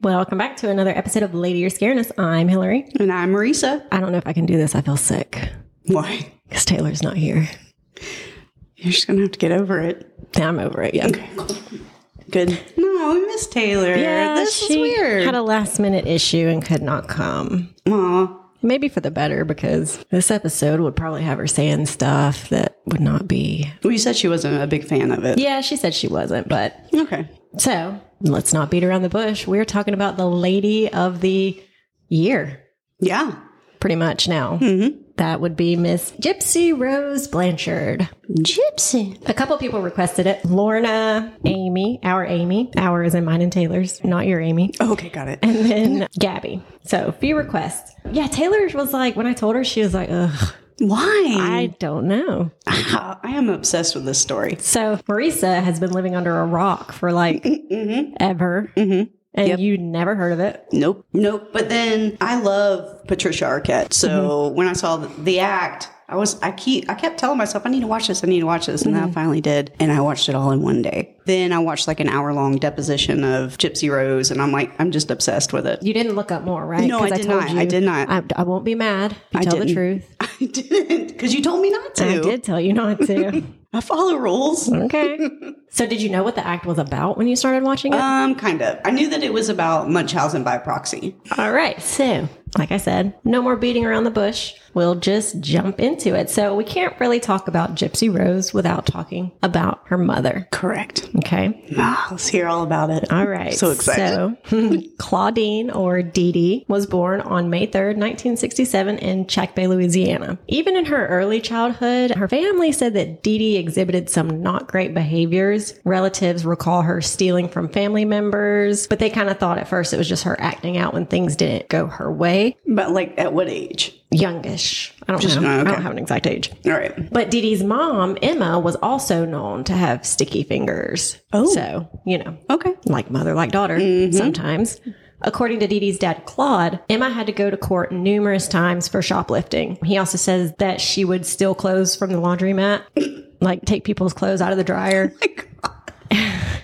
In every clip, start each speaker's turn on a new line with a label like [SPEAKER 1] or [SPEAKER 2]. [SPEAKER 1] Welcome back to another episode of Lady You're Scaring Us. I'm Hillary.
[SPEAKER 2] And I'm Marisa.
[SPEAKER 1] I don't know if I can do this. I feel sick
[SPEAKER 2] Why?
[SPEAKER 1] because Taylor's not here.
[SPEAKER 2] You're just gonna have to get over it.
[SPEAKER 1] I'm over it. Yeah.
[SPEAKER 2] Okay, cool. Good. No, we miss Taylor.
[SPEAKER 1] Yeah,
[SPEAKER 2] this is
[SPEAKER 1] she
[SPEAKER 2] weird.
[SPEAKER 1] Had a last minute issue and could not come.
[SPEAKER 2] Aw.
[SPEAKER 1] Maybe for the better because this episode would probably have her saying stuff that would not be.
[SPEAKER 2] Well, you said she wasn't a big fan of it.
[SPEAKER 1] Yeah, she said she wasn't, but
[SPEAKER 2] Okay.
[SPEAKER 1] so let's not beat around the bush. We're talking about the lady of the year.
[SPEAKER 2] Yeah.
[SPEAKER 1] pretty much now.
[SPEAKER 2] Mm-hmm.
[SPEAKER 1] That would be Miss Gypsy Rose Blanchard.
[SPEAKER 2] Gypsy.
[SPEAKER 1] A couple people requested it. Lorna, Amy, our Amy, our is in mine and Taylor's, not your Amy.
[SPEAKER 2] Oh, Okay, got it.
[SPEAKER 1] And then Gabby. So few requests. Yeah, Taylor was like, when I told her, she was like,
[SPEAKER 2] Mm-hmm.
[SPEAKER 1] ugh,
[SPEAKER 2] Why?
[SPEAKER 1] I don't know.
[SPEAKER 2] I, am obsessed with this story.
[SPEAKER 1] So Marisa has been living under a rock for like
[SPEAKER 2] Mm-hmm.
[SPEAKER 1] ever. And you never heard of it.
[SPEAKER 2] Nope. Nope. But then I love Patricia Arquette. So when I saw the, the act, I was I keep I kept telling myself I need to watch this. I need to watch this, and then I finally did, and I watched it all in one day. Then I watched like an hour long deposition of Gypsy Rose, and I'm like I'm just obsessed with it.
[SPEAKER 1] You didn't look up more, right?
[SPEAKER 2] No, I
[SPEAKER 1] 'Cause
[SPEAKER 2] did
[SPEAKER 1] told
[SPEAKER 2] not.
[SPEAKER 1] you-
[SPEAKER 2] I did not.
[SPEAKER 1] I, I won't be mad. If you
[SPEAKER 2] I
[SPEAKER 1] tell the
[SPEAKER 2] didn't.
[SPEAKER 1] truth.
[SPEAKER 2] I didn't because you told me not to.
[SPEAKER 1] I did tell you not to.
[SPEAKER 2] I follow rules.
[SPEAKER 1] Okay. so did you know what the act was about when you started watching it?
[SPEAKER 2] Um, kind of. I knew that it was about Munchausen by proxy.
[SPEAKER 1] All right. So, like I said, no more beating around the bush. We'll just jump into it. So, we can't really talk about Gypsy Rose without talking about her mother.
[SPEAKER 2] Correct.
[SPEAKER 1] Okay.
[SPEAKER 2] Ah, let's hear all about it.
[SPEAKER 1] All right.
[SPEAKER 2] So excited.
[SPEAKER 1] So, Claudine or Dee Dee was born on May 3rd, 1967 in Chack Bay, Louisiana. Even in her early childhood, her family said that Dee Dee exhibited some not great behaviors. Relatives recall her stealing from family members, but they kind of thought at first it was just her acting out when things didn't go her way.
[SPEAKER 2] But like, at what age?
[SPEAKER 1] Youngish. I don't know.
[SPEAKER 2] oh,
[SPEAKER 1] I
[SPEAKER 2] okay.
[SPEAKER 1] don't have an exact age.
[SPEAKER 2] All right.
[SPEAKER 1] But Dee Dee's mom, Emma, was also known to have sticky fingers.
[SPEAKER 2] Oh.
[SPEAKER 1] So, you know,
[SPEAKER 2] Okay.
[SPEAKER 1] like mother, like daughter sometimes. According to Dee Dee's dad, Claude, Emma had to go to court numerous times for shoplifting. He also says that she would steal clothes from the laundromat, like take people's clothes out of the dryer.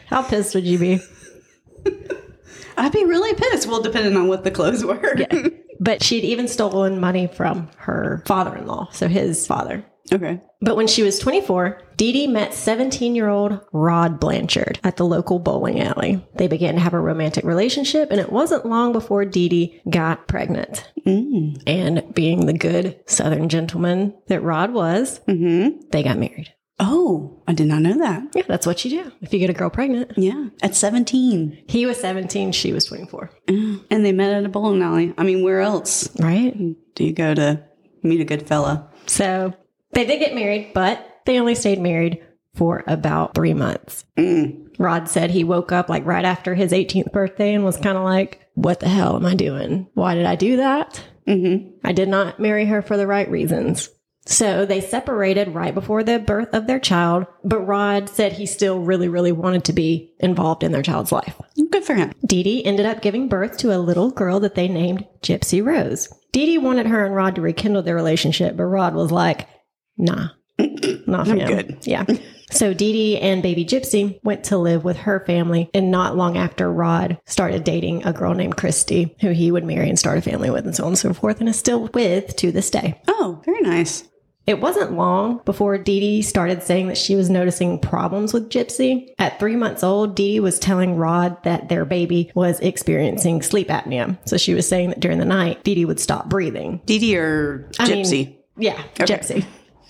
[SPEAKER 1] How pissed would you be?
[SPEAKER 2] I'd be really pissed. Well, depending on what the clothes were.
[SPEAKER 1] But she'd even stolen money from her father in law, so his father.
[SPEAKER 2] okay.
[SPEAKER 1] But when she was 24, Dee Dee met 17 year old Rod Blanchard at the local bowling alley. They began to have a romantic relationship, and it wasn't long before Dee Dee got pregnant. And being the good Southern gentleman that Rod was, they got married.
[SPEAKER 2] Oh, I did not know that.
[SPEAKER 1] Yeah, that's what you do if you get a girl pregnant.
[SPEAKER 2] Yeah, at 17.
[SPEAKER 1] He was 17, she was 24. Mm.
[SPEAKER 2] And they met at a bowling alley. I mean, where else
[SPEAKER 1] Right?
[SPEAKER 2] do you go to meet a good fella?
[SPEAKER 1] So they did get married, but they only stayed married for about three months.
[SPEAKER 2] Mm.
[SPEAKER 1] Rod said he woke up like right after his 18th birthday and was kind of like, What the hell am I doing? Why did I do that?
[SPEAKER 2] Mm-hmm.
[SPEAKER 1] I did not marry her for the right reasons. So they separated right before the birth of their child, but Rod said he still really, really wanted to be involved in their child's life.
[SPEAKER 2] Good for him.
[SPEAKER 1] Dee Dee ended up giving birth to a little girl that they named Gypsy Rose. Dee Dee wanted her and Rod to rekindle their relationship, but Rod was like, nah, not for him.
[SPEAKER 2] good.
[SPEAKER 1] Yeah. So Dee Dee and baby Gypsy went to live with her family, and not long after Rod started dating a girl named Christy, who he would marry and start a family with, and so on and so forth, and is still with to this day.
[SPEAKER 2] Oh, very nice.
[SPEAKER 1] It wasn't long before Dee Dee started saying that she was noticing problems with Gypsy. At three months old, Dee Dee was telling Rod that their baby was experiencing sleep apnea. So she was saying that during the night, Dee Dee would stop breathing.
[SPEAKER 2] Dee Dee or
[SPEAKER 1] I mean,
[SPEAKER 2] Gypsy?
[SPEAKER 1] yeah, Gypsy.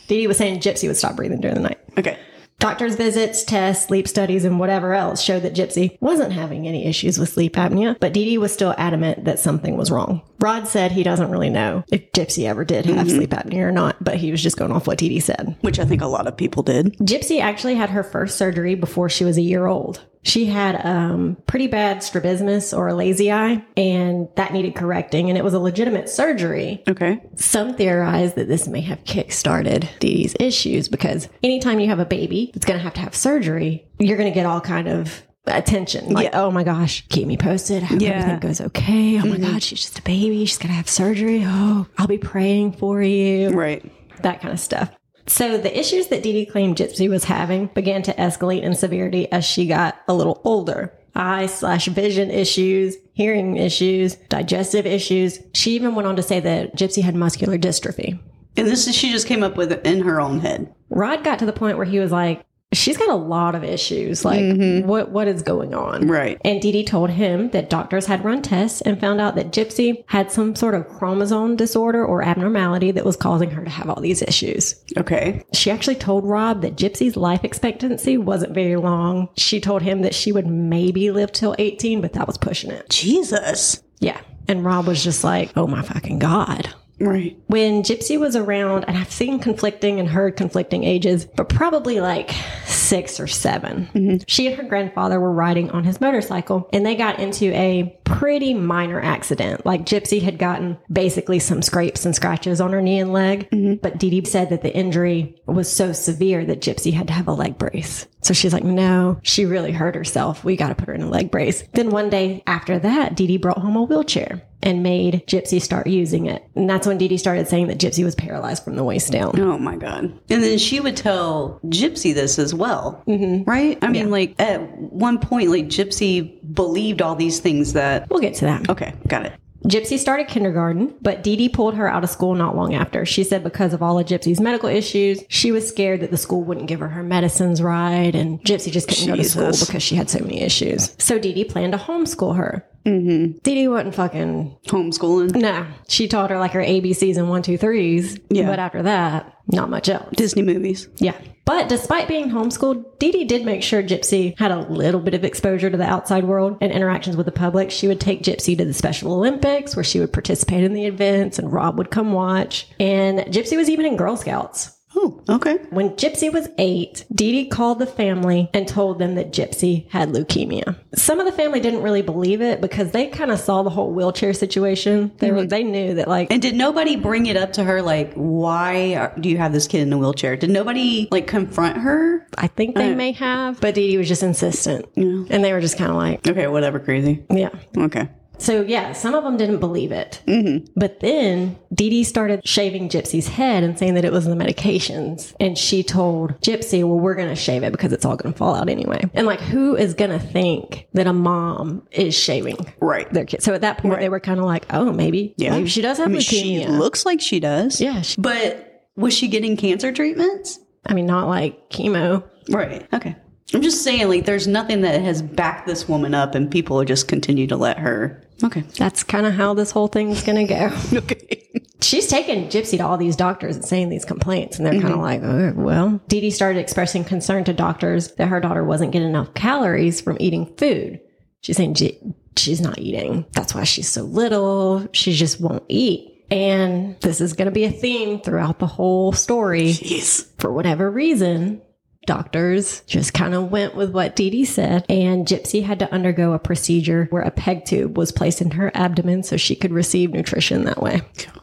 [SPEAKER 1] Dee Dee was saying Gypsy would stop breathing during the night.
[SPEAKER 2] okay.
[SPEAKER 1] Doctors' visits, tests, sleep studies, and whatever else showed that Gypsy wasn't having any issues with sleep apnea, but Dee Dee was still adamant that something was wrong. Rod said he doesn't really know if Gypsy ever did have sleep apnea or not, but he was just going off what Dee Dee said.
[SPEAKER 2] Which I think a lot of people did.
[SPEAKER 1] Gypsy actually had her first surgery before she was a year old. She had um, pretty bad strabismus or a lazy eye, and that needed correcting, and it was a legitimate surgery.
[SPEAKER 2] Okay.
[SPEAKER 1] Some theorize that this may have kick-started these issues because anytime you have a baby that's going to have to have surgery, you're going to get all kind of attention. Like, oh my gosh, keep me posted. I hope
[SPEAKER 2] Yeah.
[SPEAKER 1] everything goes okay. Oh my God, she's just a baby. She's going to have surgery. Oh, I'll be praying for you
[SPEAKER 2] Right.
[SPEAKER 1] that kind of stuff. So the issues that Dee Dee claimed Gypsy was having began to escalate in severity as she got a little older. eye slash vision issues, hearing issues, digestive issues. She even went on to say that Gypsy had muscular dystrophy.
[SPEAKER 2] And this is she just came up with it in her own head.
[SPEAKER 1] Rod got to the point where he was like, She's got a lot of issues. Like, what what is going on?
[SPEAKER 2] Right.
[SPEAKER 1] And Dee Dee told him that doctors had run tests and found out that Gypsy had some sort of chromosome disorder or abnormality that was causing her to have all these issues.
[SPEAKER 2] Okay.
[SPEAKER 1] She actually told Rob that Gypsy's life expectancy wasn't very long. She told him that she would maybe live till 18, but that was pushing it.
[SPEAKER 2] Jesus.
[SPEAKER 1] Yeah. And Rob was just like, oh my fucking God.
[SPEAKER 2] Right.
[SPEAKER 1] When Gypsy was around, and I've seen conflicting and heard conflicting ages, but probably like six or 7 she and her grandfather were riding on his motorcycle and they got into a pretty minor accident. Like Gypsy had gotten basically some scrapes and scratches on her knee and leg, but Dee Dee said that the injury was so severe that Gypsy had to have a leg brace. So she's like, no, she really hurt herself. We got to put her in a leg brace. Then one day after that, Dee Dee brought home a wheelchair and made Gypsy start using it. And that's when Dee Dee started saying that Gypsy was paralyzed from the waist down.
[SPEAKER 2] Oh my God. And then she would tell Gypsy this as well. Mm-hmm. Right? I mean, like at one point, like Gypsy believed all these things that.
[SPEAKER 1] We'll get to that.
[SPEAKER 2] Okay, got it.
[SPEAKER 1] Gypsy started kindergarten, but Dee Dee pulled her out of school not long after. She said because of all of Gypsy's medical issues, she was scared that the school wouldn't give her her medicines right, and Gypsy just couldn't go to
[SPEAKER 2] Jesus.
[SPEAKER 1] school because she had so many issues. So Dee Dee planned to homeschool her. Mm-hmm. Dee Dee wasn't fucking
[SPEAKER 2] Homeschooling.
[SPEAKER 1] no. She taught her like her ABCs and one two threes,
[SPEAKER 2] Yeah.
[SPEAKER 1] but after that, not much else.
[SPEAKER 2] Disney movies.
[SPEAKER 1] Yeah. But despite being homeschooled, Dee Dee did make sure Gypsy had a little bit of exposure to the outside world and interactions with the public. She would take Gypsy to the Special Olympics where she would participate in the events and Rob would come watch. And Gypsy was even in Girl Scouts.
[SPEAKER 2] Oh, okay.
[SPEAKER 1] When Gypsy was eight, Dee Dee called the family and told them that Gypsy had leukemia. Some of the family didn't really believe it because they kind of saw the whole wheelchair situation. They were, they knew that like
[SPEAKER 2] And did nobody bring it up to her, like, why are- do you have this kid in a wheelchair? Did nobody, like, confront her?
[SPEAKER 1] I think they may have, but Dee Dee was just insistent, and they were just kind of like,
[SPEAKER 2] Okay, whatever, crazy.
[SPEAKER 1] yeah.
[SPEAKER 2] Okay.
[SPEAKER 1] So yeah, some of them didn't believe it. Mm-hmm. But then Dee Dee started shaving Gypsy's head and saying that it was the medications. And she told Gypsy, well, we're going to shave it because it's all going to fall out anyway. And like, who is going to think that a mom is shaving
[SPEAKER 2] Right.
[SPEAKER 1] their kid? So at that point, they were kind of like, oh, maybe,
[SPEAKER 2] Yeah.
[SPEAKER 1] maybe she does have
[SPEAKER 2] I mean,
[SPEAKER 1] leukemia.
[SPEAKER 2] she looks like she does.
[SPEAKER 1] yeah. She,
[SPEAKER 2] But was she getting cancer treatments?
[SPEAKER 1] I mean, not like chemo.
[SPEAKER 2] Right. Okay. I'm just saying, like, there's nothing that has backed this woman up, and people just continue to let her. Okay.
[SPEAKER 1] That's kind of how this whole thing's going to go.
[SPEAKER 2] Okay.
[SPEAKER 1] she's taking Gypsy to all these doctors and saying these complaints, and they're
[SPEAKER 2] Mm-hmm.
[SPEAKER 1] kind of like, oh, well. Dee Dee started expressing concern to doctors that her daughter wasn't getting enough calories from eating food. She's saying "Gy- she's not eating. That's why she's so little. She just won't eat. And this is going to be a theme throughout the whole story.
[SPEAKER 2] Jeez.
[SPEAKER 1] For whatever reason, doctors just kind of went with what Dee Dee said. And Gypsy had to undergo a procedure where a peg tube was placed in her abdomen so she could receive nutrition that way.
[SPEAKER 2] God.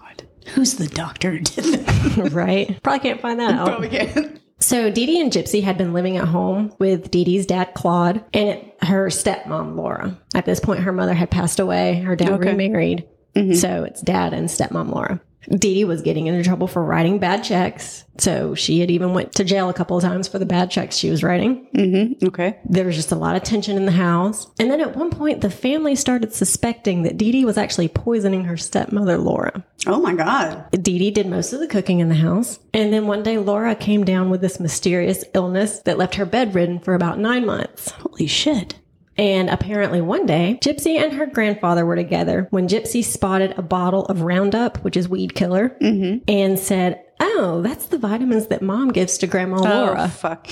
[SPEAKER 2] Who's the doctor who did that?
[SPEAKER 1] Right. Probably can't find that out.
[SPEAKER 2] Probably can't.
[SPEAKER 1] So Dee Dee and Gypsy had been living at home with Dee Dee's dad, Claude, and her stepmom, Laura. At this point, her mother had passed away. Her dad remarried. So it's dad and stepmom, Laura. Dee Dee was getting into trouble for writing bad checks. So she had even went to jail a couple of times for the bad checks she was writing.
[SPEAKER 2] Okay.
[SPEAKER 1] There was just a lot of tension in the house. And then at one point, the family started suspecting that Dee Dee was actually poisoning her stepmother, Laura.
[SPEAKER 2] Oh my God.
[SPEAKER 1] Dee Dee did most of the cooking in the house. And then one day, Laura came down with this mysterious illness that left her bedridden for about nine months.
[SPEAKER 2] Holy shit.
[SPEAKER 1] And apparently, one day, Gypsy and her grandfather were together when Gypsy spotted a bottle of Roundup, which is weed killer, and said, Oh, that's the vitamins that mom gives to Grandma
[SPEAKER 2] Oh
[SPEAKER 1] Laura.
[SPEAKER 2] fuck.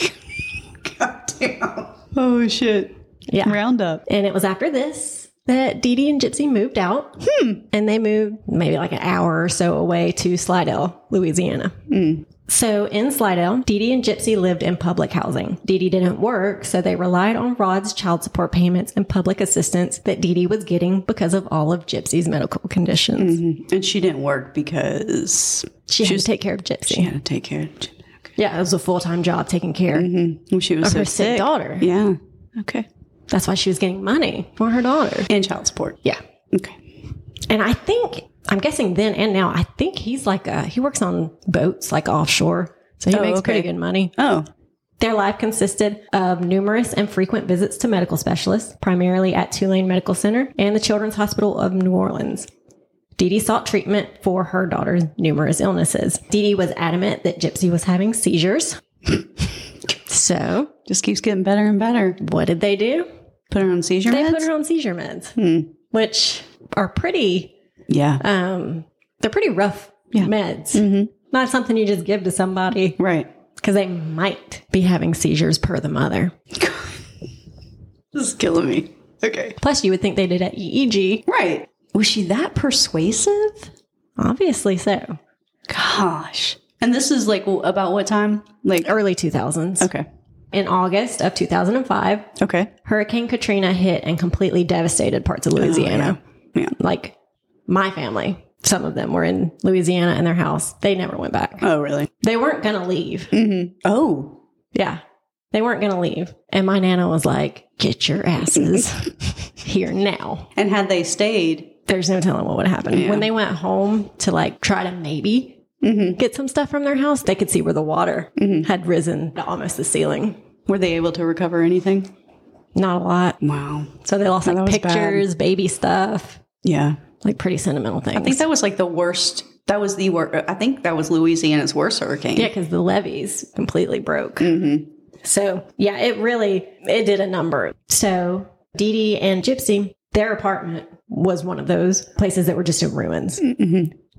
[SPEAKER 2] God damn. Oh shit.
[SPEAKER 1] Yeah.
[SPEAKER 2] Roundup.
[SPEAKER 1] And it was after this that Dee Dee and Gypsy moved out. And they moved maybe like an hour or so away to Slidell, Louisiana. So in Slidell, Dee Dee and Gypsy lived in public housing. Dee Dee didn't work, so they relied on Rod's child support payments and public assistance that Dee Dee was getting because of all of Gypsy's medical conditions.
[SPEAKER 2] And she didn't work because
[SPEAKER 1] She had to take care of Gypsy.
[SPEAKER 2] she had to take care. of Jim.
[SPEAKER 1] Yeah, it was a full time job taking care
[SPEAKER 2] When she was
[SPEAKER 1] of
[SPEAKER 2] so
[SPEAKER 1] her sick
[SPEAKER 2] sick.
[SPEAKER 1] daughter.
[SPEAKER 2] Yeah. Okay.
[SPEAKER 1] That's why she was getting money for her daughter.
[SPEAKER 2] And child support.
[SPEAKER 1] Yeah.
[SPEAKER 2] Okay.
[SPEAKER 1] And I think I'm guessing then and now. I think he's like a, he works on boats like offshore, so he makes
[SPEAKER 2] okay.
[SPEAKER 1] pretty good money.
[SPEAKER 2] Oh.
[SPEAKER 1] Their life consisted of numerous and frequent visits to medical specialists, primarily at Tulane Medical Center and the Children's Hospital of New Orleans. Dee Dee sought treatment for her daughter's numerous illnesses. Dee Dee was adamant that Gypsy was having seizures. so,
[SPEAKER 2] Just keeps getting better and better.
[SPEAKER 1] what did they do?
[SPEAKER 2] Put her on seizure
[SPEAKER 1] They
[SPEAKER 2] meds.
[SPEAKER 1] put her on seizure meds, which are pretty
[SPEAKER 2] yeah.
[SPEAKER 1] um, they're pretty rough meds.
[SPEAKER 2] Mm-hmm.
[SPEAKER 1] Not something you just give to somebody
[SPEAKER 2] right.
[SPEAKER 1] because they might be having seizures per the mother.
[SPEAKER 2] This is killing me. Okay.
[SPEAKER 1] Plus, you would think they did at E EEG.
[SPEAKER 2] Right. Was she that persuasive?
[SPEAKER 1] Obviously so.
[SPEAKER 2] Gosh. And this is like w- about what time? Like er,
[SPEAKER 1] Early 2000s.
[SPEAKER 2] okay.
[SPEAKER 1] In August of 2005,
[SPEAKER 2] Okay.
[SPEAKER 1] Hurricane Katrina hit and completely devastated parts of Louisiana.
[SPEAKER 2] Oh, Yeah.
[SPEAKER 1] Like my family, some of them were in Louisiana in their house. They never went back.
[SPEAKER 2] Oh, really?
[SPEAKER 1] They weren't going to leave.
[SPEAKER 2] Mm. Oh.
[SPEAKER 1] Yeah. They weren't going to leave. And my Nana was like, get your asses here now.
[SPEAKER 2] And had they stayed,
[SPEAKER 1] There's no telling what would happen. When they went home to like try to maybe
[SPEAKER 2] Mm-hmm.
[SPEAKER 1] get some stuff from their house, they could see where the water had risen to almost the ceiling.
[SPEAKER 2] were they able to recover anything?
[SPEAKER 1] Not a lot.
[SPEAKER 2] Wow.
[SPEAKER 1] So they lost like
[SPEAKER 2] was bad.
[SPEAKER 1] pictures, baby stuff,
[SPEAKER 2] Yeah.
[SPEAKER 1] like pretty sentimental things.
[SPEAKER 2] I think that was like the worst. That was the worst. I think that was Louisiana's worst hurricane.
[SPEAKER 1] yeah, because the levees completely broke. So yeah, it really it did a number. So Dee Dee and Gypsy, their apartment was one of those places that were just in ruins.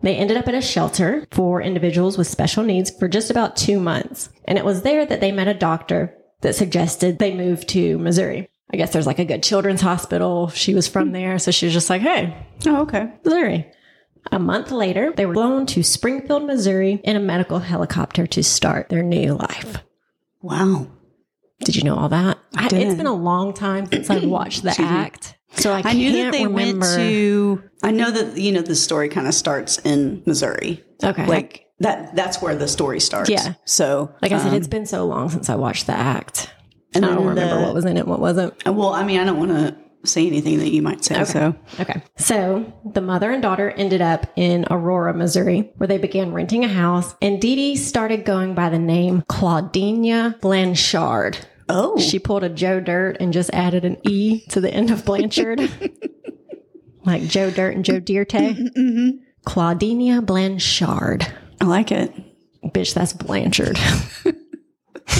[SPEAKER 1] They ended up at a shelter for individuals with special needs for just about two months, and it was there that they met a doctor that suggested they move to Missouri. I guess there's like a good children's hospital. She was from there, so she was just like, "Hey,
[SPEAKER 2] Oh, okay.
[SPEAKER 1] Missouri. A month later, they were flown to Springfield, Missouri in a medical helicopter to start their new life.
[SPEAKER 2] Wow.
[SPEAKER 1] Did you know all that? I it's
[SPEAKER 2] didn't.
[SPEAKER 1] been a long time since I've watched the act. So I,
[SPEAKER 2] I
[SPEAKER 1] can't
[SPEAKER 2] knew that they
[SPEAKER 1] remember.
[SPEAKER 2] went to. I know that you know the story kind of starts in Missouri.
[SPEAKER 1] Okay.
[SPEAKER 2] Like that. That's where the story starts.
[SPEAKER 1] Yeah.
[SPEAKER 2] So um,
[SPEAKER 1] like I said, it's been so long since I watched the act.
[SPEAKER 2] and
[SPEAKER 1] I don't
[SPEAKER 2] then
[SPEAKER 1] remember
[SPEAKER 2] the-
[SPEAKER 1] what was in it, what wasn't.
[SPEAKER 2] uh, Well, I mean, I don't want to say anything that you might say. So
[SPEAKER 1] Okay. So the mother and daughter ended up in Aurora, Missouri, where they began renting a house. And Dee Dee started going by the name Claudina Blanchard.
[SPEAKER 2] oh,
[SPEAKER 1] She pulled a Joe Dirt and just added an E to the end of Blanchard. like Joe Dirt and Joe Dierte. Claudinia Blanchard.
[SPEAKER 2] I like it.
[SPEAKER 1] Bitch, that's Blanchard.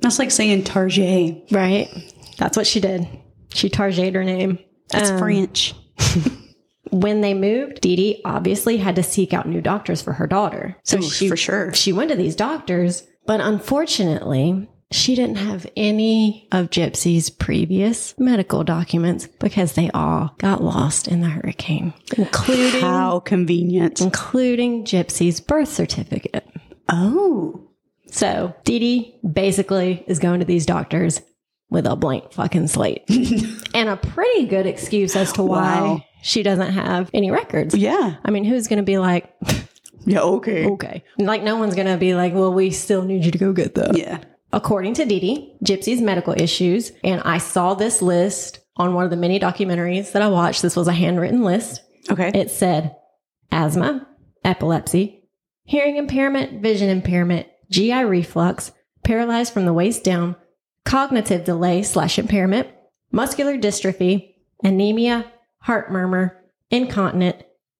[SPEAKER 2] That's like saying Target.
[SPEAKER 1] right? That's what she did. She targeted her name. Um,
[SPEAKER 2] That's French.
[SPEAKER 1] When they moved, Dee Dee obviously had to seek out new doctors for her daughter. So she
[SPEAKER 2] oh, for sure.
[SPEAKER 1] she went to these doctors, but unfortunately, she didn't have any of Gypsy's previous medical documents because they all got lost in the hurricane, including
[SPEAKER 2] How convenient.
[SPEAKER 1] including Gypsy's birth certificate.
[SPEAKER 2] Oh,
[SPEAKER 1] So Dee Dee basically is going to these doctors with a blank fucking slate and a pretty good excuse as to why
[SPEAKER 2] Wow.
[SPEAKER 1] she doesn't have any records.
[SPEAKER 2] yeah. Oh,
[SPEAKER 1] I mean, who's going to be like,
[SPEAKER 2] Yeah. Okay.
[SPEAKER 1] okay? Like, no one's going to be like, well, we still need you to go get that.
[SPEAKER 2] Yeah.
[SPEAKER 1] According to Dee Dee, Gypsy's medical issues, and I saw this list on one of the many documentaries that I watched. This was a handwritten list.
[SPEAKER 2] Okay.
[SPEAKER 1] It said asthma, epilepsy, hearing impairment, vision impairment, GI reflux, paralyzed from the waist down, cognitive delay slash impairment, muscular dystrophy, anemia, heart murmur, incontinent,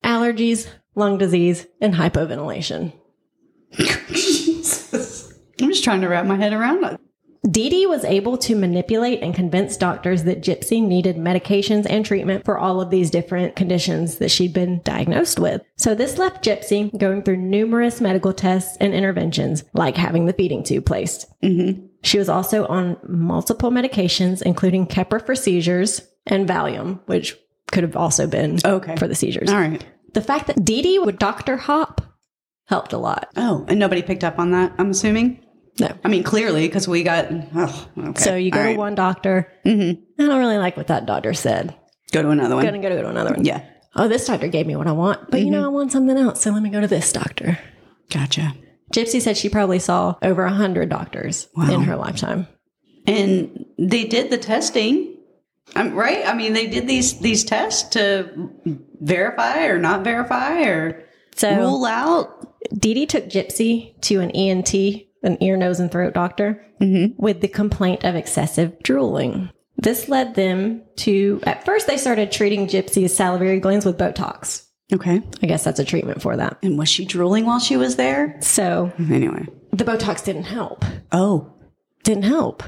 [SPEAKER 1] allergies, lung disease, and hypoventilation.
[SPEAKER 2] I'm just trying to wrap my head around it.
[SPEAKER 1] Dee Dee was able to manipulate and convince doctors that Gypsy needed medications and treatment for all of these different conditions that she'd been diagnosed with. So this left Gypsy going through numerous medical tests and interventions, like having the feeding tube placed.
[SPEAKER 2] Mm-hmm.
[SPEAKER 1] She was also on multiple medications, including Keppra for seizures and Valium, which could have also been
[SPEAKER 2] Okay.
[SPEAKER 1] for the seizures.
[SPEAKER 2] All right.
[SPEAKER 1] The fact that Dee Dee would Dr. Hop helped a lot.
[SPEAKER 2] Oh, and nobody picked up on that. I'm assuming.
[SPEAKER 1] No.
[SPEAKER 2] I mean, clearly, because we got. Oh, okay.
[SPEAKER 1] So you go
[SPEAKER 2] All
[SPEAKER 1] to
[SPEAKER 2] right. Mm-hmm.
[SPEAKER 1] one doctor. I don't really like what that doctor said.
[SPEAKER 2] Go to another one.
[SPEAKER 1] gonna go to another one.
[SPEAKER 2] yeah.
[SPEAKER 1] Oh, this doctor gave me what I want, but you know I want something else, so let me go to this doctor.
[SPEAKER 2] Gotcha.
[SPEAKER 1] Gypsy said she probably saw over a hundred doctors in her lifetime.
[SPEAKER 2] And they did the testing, um, right? I mean, they did these these tests to verify or not verify or
[SPEAKER 1] So
[SPEAKER 2] rule out.
[SPEAKER 1] Dee Dee took Gypsy to an ENT an ear, nose, and throat doctor, with the complaint of excessive drooling. This led them to, at first, they started treating Gypsy's salivary glands with Botox.
[SPEAKER 2] Okay.
[SPEAKER 1] I guess that's a treatment for that.
[SPEAKER 2] And was she drooling while she was there?
[SPEAKER 1] So
[SPEAKER 2] Anyway.
[SPEAKER 1] the Botox didn't help.
[SPEAKER 2] Oh.
[SPEAKER 1] Didn't help.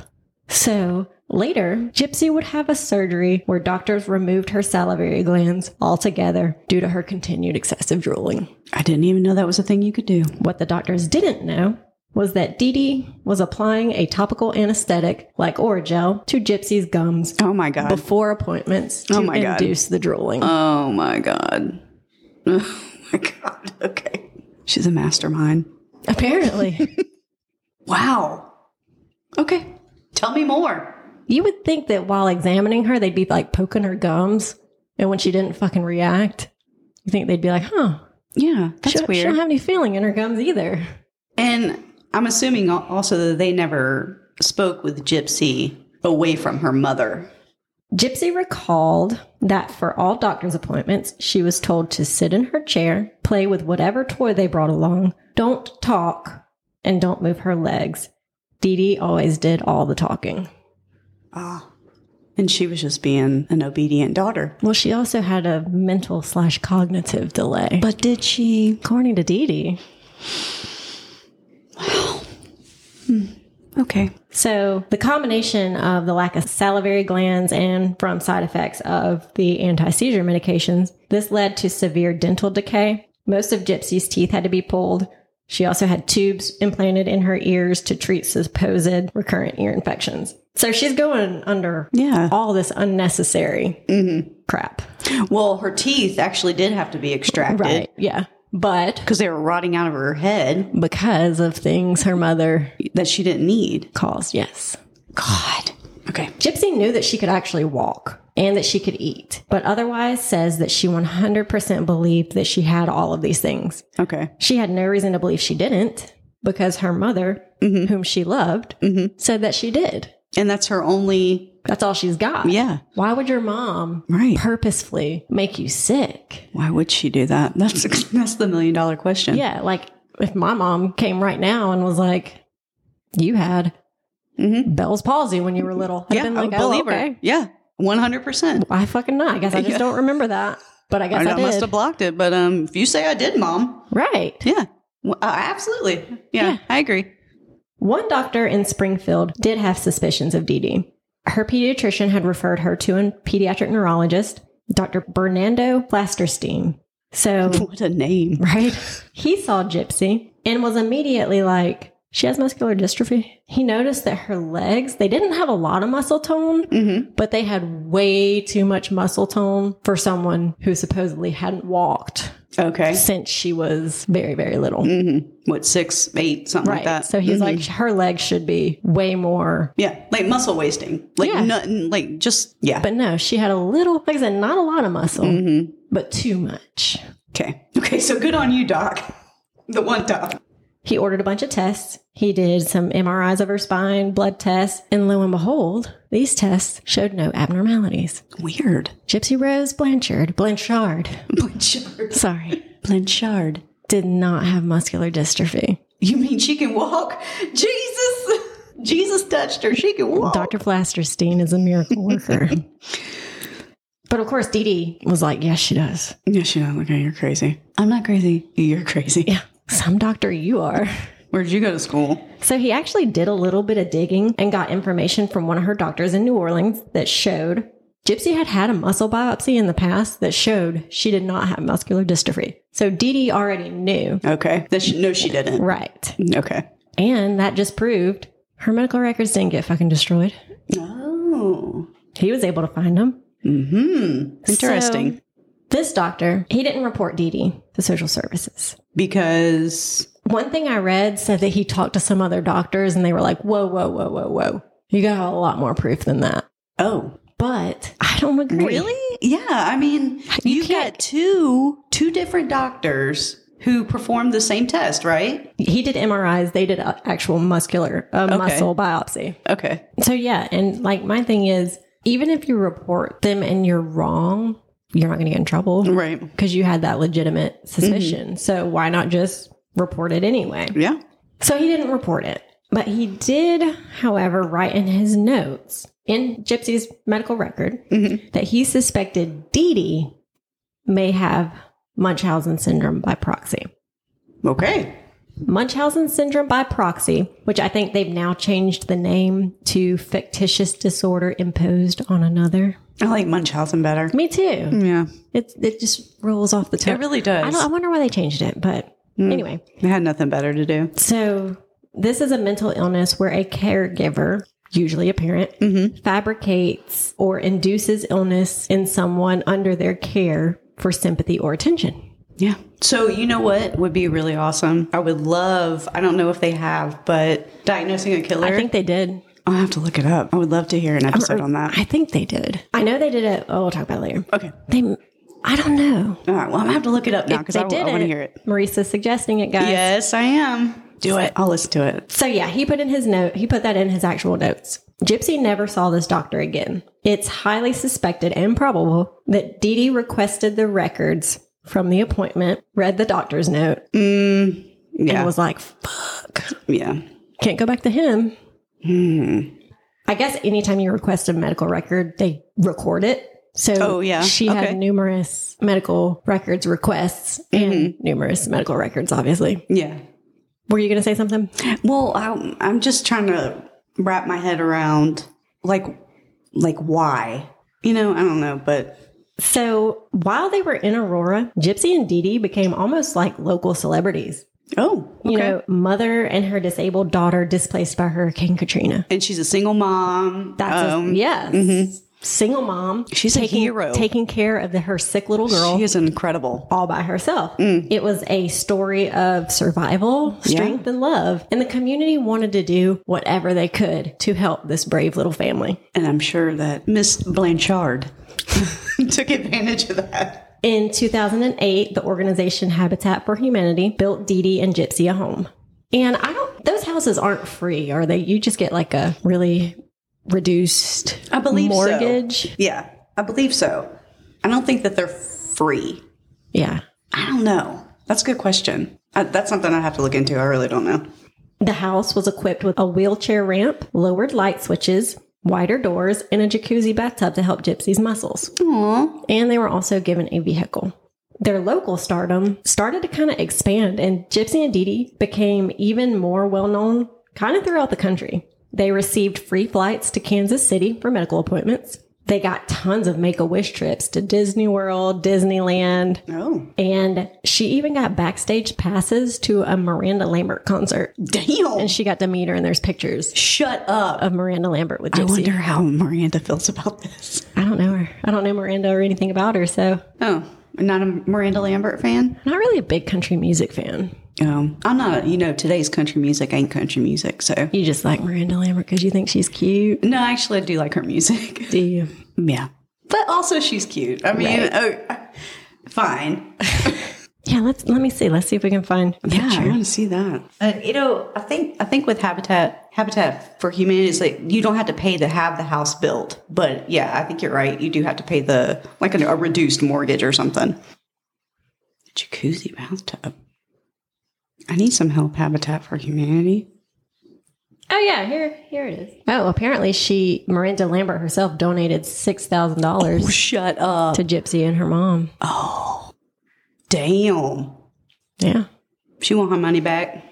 [SPEAKER 1] So later, Gypsy would have a surgery where doctors removed her salivary glands altogether due to her continued excessive drooling.
[SPEAKER 2] I didn't even know that was a thing you could do.
[SPEAKER 1] What the doctors didn't know was that Dee Dee was applying a topical anesthetic like Oragel to Gypsy's gums
[SPEAKER 2] Oh my God. Oh
[SPEAKER 1] before appointments to
[SPEAKER 2] my God.
[SPEAKER 1] induce the drooling.
[SPEAKER 2] oh my God. Oh my God. Okay. She's a mastermind.
[SPEAKER 1] Apparently,
[SPEAKER 2] Wow. Okay. Tell me more.
[SPEAKER 1] you would think that while examining her, they'd be like poking her gums. And when she didn't fucking react, you think they'd be like, huh,
[SPEAKER 2] Yeah. That's
[SPEAKER 1] she, she don't have any feeling in her gums either.
[SPEAKER 2] And I'm assuming al- also that they never spoke with Gypsy away from her mother.
[SPEAKER 1] Gypsy recalled that for all doctor's appointments, she was told to sit in her chair, play with whatever toy they brought along, don't talk, and don't move her legs. Dee Dee always did all the talking.
[SPEAKER 2] And she was just being an obedient daughter.
[SPEAKER 1] Well, she also had a mental slash cognitive delay. But
[SPEAKER 2] But did she?
[SPEAKER 1] according to Dee Dee,
[SPEAKER 2] Okay.
[SPEAKER 1] So, the combination of the lack of salivary glands and from side effects of the anti seizure medications, this led to severe dental decay. Most of Gypsy's teeth had to be pulled. She also had tubes implanted in her ears to treat supposed recurrent ear infections. So, she's going under
[SPEAKER 2] Yeah.
[SPEAKER 1] all this unnecessary crap.
[SPEAKER 2] Well, her teeth actually did have to be extracted
[SPEAKER 1] Yeah. But
[SPEAKER 2] because they were rotting out of her head
[SPEAKER 1] because of things her mother
[SPEAKER 2] that she didn't need.
[SPEAKER 1] caused, yes.
[SPEAKER 2] God. Okay.
[SPEAKER 1] Gypsy knew that she could actually walk and that she could eat, but otherwise says that she 100% believed that she had all of these things.
[SPEAKER 2] Okay.
[SPEAKER 1] She had no reason to believe she didn't because her mother,
[SPEAKER 2] Mm-hmm.
[SPEAKER 1] whom she loved, said that she did.
[SPEAKER 2] And that's her only.
[SPEAKER 1] That's all she's got.
[SPEAKER 2] Yeah.
[SPEAKER 1] Why would your mom
[SPEAKER 2] Right.
[SPEAKER 1] purposefully make you sick?
[SPEAKER 2] Why would she do that? That's that's the million dollar question.
[SPEAKER 1] Yeah, like if my mom came right now and was like, you had Bell's palsy when you were little, I'd
[SPEAKER 2] Mm-hmm. Yeah.
[SPEAKER 1] been
[SPEAKER 2] I
[SPEAKER 1] like,
[SPEAKER 2] would
[SPEAKER 1] oh,
[SPEAKER 2] believe
[SPEAKER 1] okay.
[SPEAKER 2] her. Yeah. One hundred percent.
[SPEAKER 1] I fucking know. I guess I just don't remember that. But I guess I,
[SPEAKER 2] I
[SPEAKER 1] did.
[SPEAKER 2] must have blocked it, but um, if you say I did, mom,
[SPEAKER 1] Right.
[SPEAKER 2] yeah, well, uh, absolutely, yeah, I agree.
[SPEAKER 1] One doctor in Springfield did have suspicions of Dee Dee. Her pediatrician had referred her to a pediatric neurologist, Dr. Bernardo Plasterstein. So,
[SPEAKER 2] What a name!
[SPEAKER 1] right? He saw Gypsy and was immediately like, she has muscular dystrophy. He noticed that her legs, they didn't have a lot of muscle tone, but they had way too much muscle tone for someone who supposedly hadn't walked
[SPEAKER 2] Okay,
[SPEAKER 1] since she was very, very little.
[SPEAKER 2] what six, eight, something like
[SPEAKER 1] Right.
[SPEAKER 2] that. Mm-hmm.
[SPEAKER 1] So he's like, her legs should be way more.
[SPEAKER 2] yeah, like muscle wasting, like
[SPEAKER 1] Yeah.
[SPEAKER 2] nothing, like just yeah.
[SPEAKER 1] But no, she had a little, like I said, not a lot of muscle, but too much.
[SPEAKER 2] okay, okay, so good on you, doc. The one doc.
[SPEAKER 1] He ordered a bunch of tests. He did some MRIs of her spine, blood tests, and lo and behold, these tests showed no abnormalities.
[SPEAKER 2] Weird.
[SPEAKER 1] Gypsy Rose Blanchard, Blanchard,
[SPEAKER 2] Blanchard.
[SPEAKER 1] sorry,
[SPEAKER 2] Blanchard.
[SPEAKER 1] did not have muscular dystrophy.
[SPEAKER 2] You mean she can walk? Jesus, Jesus touched her. She can walk.
[SPEAKER 1] Dr. Flasterstein is a miracle worker. but of course, Dee Dee was like, yes, she does.
[SPEAKER 2] Yeah, she knows. Okay, you're crazy. I'm not crazy. You're crazy.
[SPEAKER 1] Yeah, some doctor you are.
[SPEAKER 2] Where'd you go to school?
[SPEAKER 1] So he actually did a little bit of digging and got information from one of her doctors in New Orleans that showed Gypsy had had a muscle biopsy in the past that showed she did not have muscular dystrophy. So Dee Dee already knew.
[SPEAKER 2] Okay. That she, no, she didn't.
[SPEAKER 1] Right.
[SPEAKER 2] Okay.
[SPEAKER 1] And that just proved her medical records didn't get fucking destroyed.
[SPEAKER 2] Oh. Mm-hmm.
[SPEAKER 1] He was able to find them.
[SPEAKER 2] Interesting.
[SPEAKER 1] So this doctor, he didn't report Dee Dee to social services.
[SPEAKER 2] because
[SPEAKER 1] One thing I read said that he talked to some other doctors and they were like, whoa, whoa, whoa, whoa, whoa. You got a lot more proof than that.
[SPEAKER 2] oh.
[SPEAKER 1] But I don't agree.
[SPEAKER 2] Yeah, I mean,
[SPEAKER 1] You
[SPEAKER 2] you
[SPEAKER 1] can't-
[SPEAKER 2] got two two different doctors who performed the same test, right?
[SPEAKER 1] He did MRIs. They did a- actual muscular uh, muscle biopsy.
[SPEAKER 2] Okay.
[SPEAKER 1] So yeah, and like my thing is, even if you report them and you're wrong, you're not going to get in trouble
[SPEAKER 2] Right.
[SPEAKER 1] because you had that legitimate suspicion. So why not just report it anyway?
[SPEAKER 2] Yeah.
[SPEAKER 1] So he didn't report it. But he did, however, write in his notes in Gypsy's medical record that he suspected Dee Dee may have Munchausen syndrome by proxy.
[SPEAKER 2] Okay.
[SPEAKER 1] Munchausen syndrome by proxy, which I think they've now changed the name to fictitious disorder imposed on another.
[SPEAKER 2] I like Munchausen better.
[SPEAKER 1] Me too.
[SPEAKER 2] Yeah.
[SPEAKER 1] It it just rolls off the tongue.
[SPEAKER 2] It really
[SPEAKER 1] I, don't, I
[SPEAKER 2] does.
[SPEAKER 1] wonder why they changed it, but anyway.
[SPEAKER 2] I had nothing better to do.
[SPEAKER 1] So, this is a mental illness where a caregiver, usually a parent, fabricates or induces illness in someone under their care for sympathy or attention.
[SPEAKER 2] Yeah. So, you know what would be really awesome? I would love, I don't know if they have, but diagnosing a killer.
[SPEAKER 1] I think they did.
[SPEAKER 2] I'll have to look it up. I would love to hear an episode on that.
[SPEAKER 1] I think they did. I know they did it. Oh, we'll talk about it later.
[SPEAKER 2] Okay.
[SPEAKER 1] They, I don't know.
[SPEAKER 2] All right. Well, I'm going to have to look it up now because
[SPEAKER 1] They
[SPEAKER 2] I,
[SPEAKER 1] did
[SPEAKER 2] want to hear it.
[SPEAKER 1] Marissa's suggesting it, guys.
[SPEAKER 2] Yes, I am. Do it. I'll listen to it.
[SPEAKER 1] So yeah, he put in his note, he put that in his actual notes. Gypsy never saw this doctor again. It's highly suspected and probable that Dee Dee requested the records from the appointment, read the doctor's note, and
[SPEAKER 2] Mm, Yeah.
[SPEAKER 1] was like, fuck,
[SPEAKER 2] yeah.
[SPEAKER 1] can't go back to him.
[SPEAKER 2] Hmm.
[SPEAKER 1] I guess anytime you request a medical record, they record it. So
[SPEAKER 2] Oh, yeah.
[SPEAKER 1] she
[SPEAKER 2] Okay.
[SPEAKER 1] had numerous medical records requests
[SPEAKER 2] Mm-hmm.
[SPEAKER 1] and numerous medical records, obviously.
[SPEAKER 2] Yeah.
[SPEAKER 1] Were you going to say something?
[SPEAKER 2] Well, I, I'm just trying to wrap my head around like, like why? You know, I don't know, but
[SPEAKER 1] So while they were in Aurora, Gypsy and Dee Dee became almost like local celebrities.
[SPEAKER 2] oh, okay.
[SPEAKER 1] You know, mother and her disabled daughter displaced by Hurricane Katrina.
[SPEAKER 2] and she's a single mom.
[SPEAKER 1] That's
[SPEAKER 2] um,
[SPEAKER 1] a, yes, single mom.
[SPEAKER 2] She's a
[SPEAKER 1] taking,
[SPEAKER 2] hero.
[SPEAKER 1] taking care of the, her sick little girl
[SPEAKER 2] She Mm. is incredible.
[SPEAKER 1] all by herself. It was a story of survival, strength, and love, and the community wanted to do whatever they could to help this brave little family.
[SPEAKER 2] And I'm sure that Miss Blanchard took advantage of that.
[SPEAKER 1] In 2008, the organization Habitat for Humanity built Dee Dee and Gypsy a home. And I don't, those houses aren't free, are they? You just get like a really reduced
[SPEAKER 2] I believe so.
[SPEAKER 1] mortgage.
[SPEAKER 2] Yeah, I believe so. I don't think that they're free.
[SPEAKER 1] Yeah.
[SPEAKER 2] I don't know. That's a good question. I, that's something I have to look into. I really don't know.
[SPEAKER 1] The house was equipped with a wheelchair ramp, lowered light switches, wider doors, and a jacuzzi bathtub to help Gypsy's muscles.
[SPEAKER 2] Aw.
[SPEAKER 1] And they were also given a vehicle. Their local stardom started to kind of expand, and Gypsy and Dee Dee became even more well known kind of throughout the country. They received free flights to Kansas City for medical appointments. They got tons of make a wish trips to Disney World, Disneyland,
[SPEAKER 2] Oh,
[SPEAKER 1] and she even got backstage passes to a Miranda Lambert concert.
[SPEAKER 2] damn.
[SPEAKER 1] And she got to meet her, and there's pictures
[SPEAKER 2] Shut up.
[SPEAKER 1] of Miranda Lambert with
[SPEAKER 2] I
[SPEAKER 1] Gypsy.
[SPEAKER 2] wonder how Miranda feels about this.
[SPEAKER 1] I don't know her. I don't know Miranda or anything about her, so
[SPEAKER 2] Oh, not a Miranda Lambert fan?
[SPEAKER 1] I'm not really a big country music fan.
[SPEAKER 2] Um, I'm not, you know, today's country music ain't country music. So,
[SPEAKER 1] You just like Miranda Lambert because you think she's cute.
[SPEAKER 2] no, actually, I do like her music.
[SPEAKER 1] Do you?
[SPEAKER 2] Yeah. But also, she's cute. I mean, oh, fine.
[SPEAKER 1] Yeah, let's let me see. Let's see if we can find a
[SPEAKER 2] I
[SPEAKER 1] picture.
[SPEAKER 2] want to see that. And Uh, you know, I think I think with Habitat Habitat for Humanity, it's like you don't have to pay to have the house built. But yeah, I think you're right. You do have to pay the like a, a reduced mortgage or something. Jacuzzi bathtub. I need some help, Habitat for Humanity.
[SPEAKER 1] Oh yeah, here here it is. Oh, apparently she Miranda Lambert herself donated six thousand dollars
[SPEAKER 2] Shut up.
[SPEAKER 1] to Gypsy and her mom.
[SPEAKER 2] Damn.
[SPEAKER 1] Yeah.
[SPEAKER 2] She want her money back.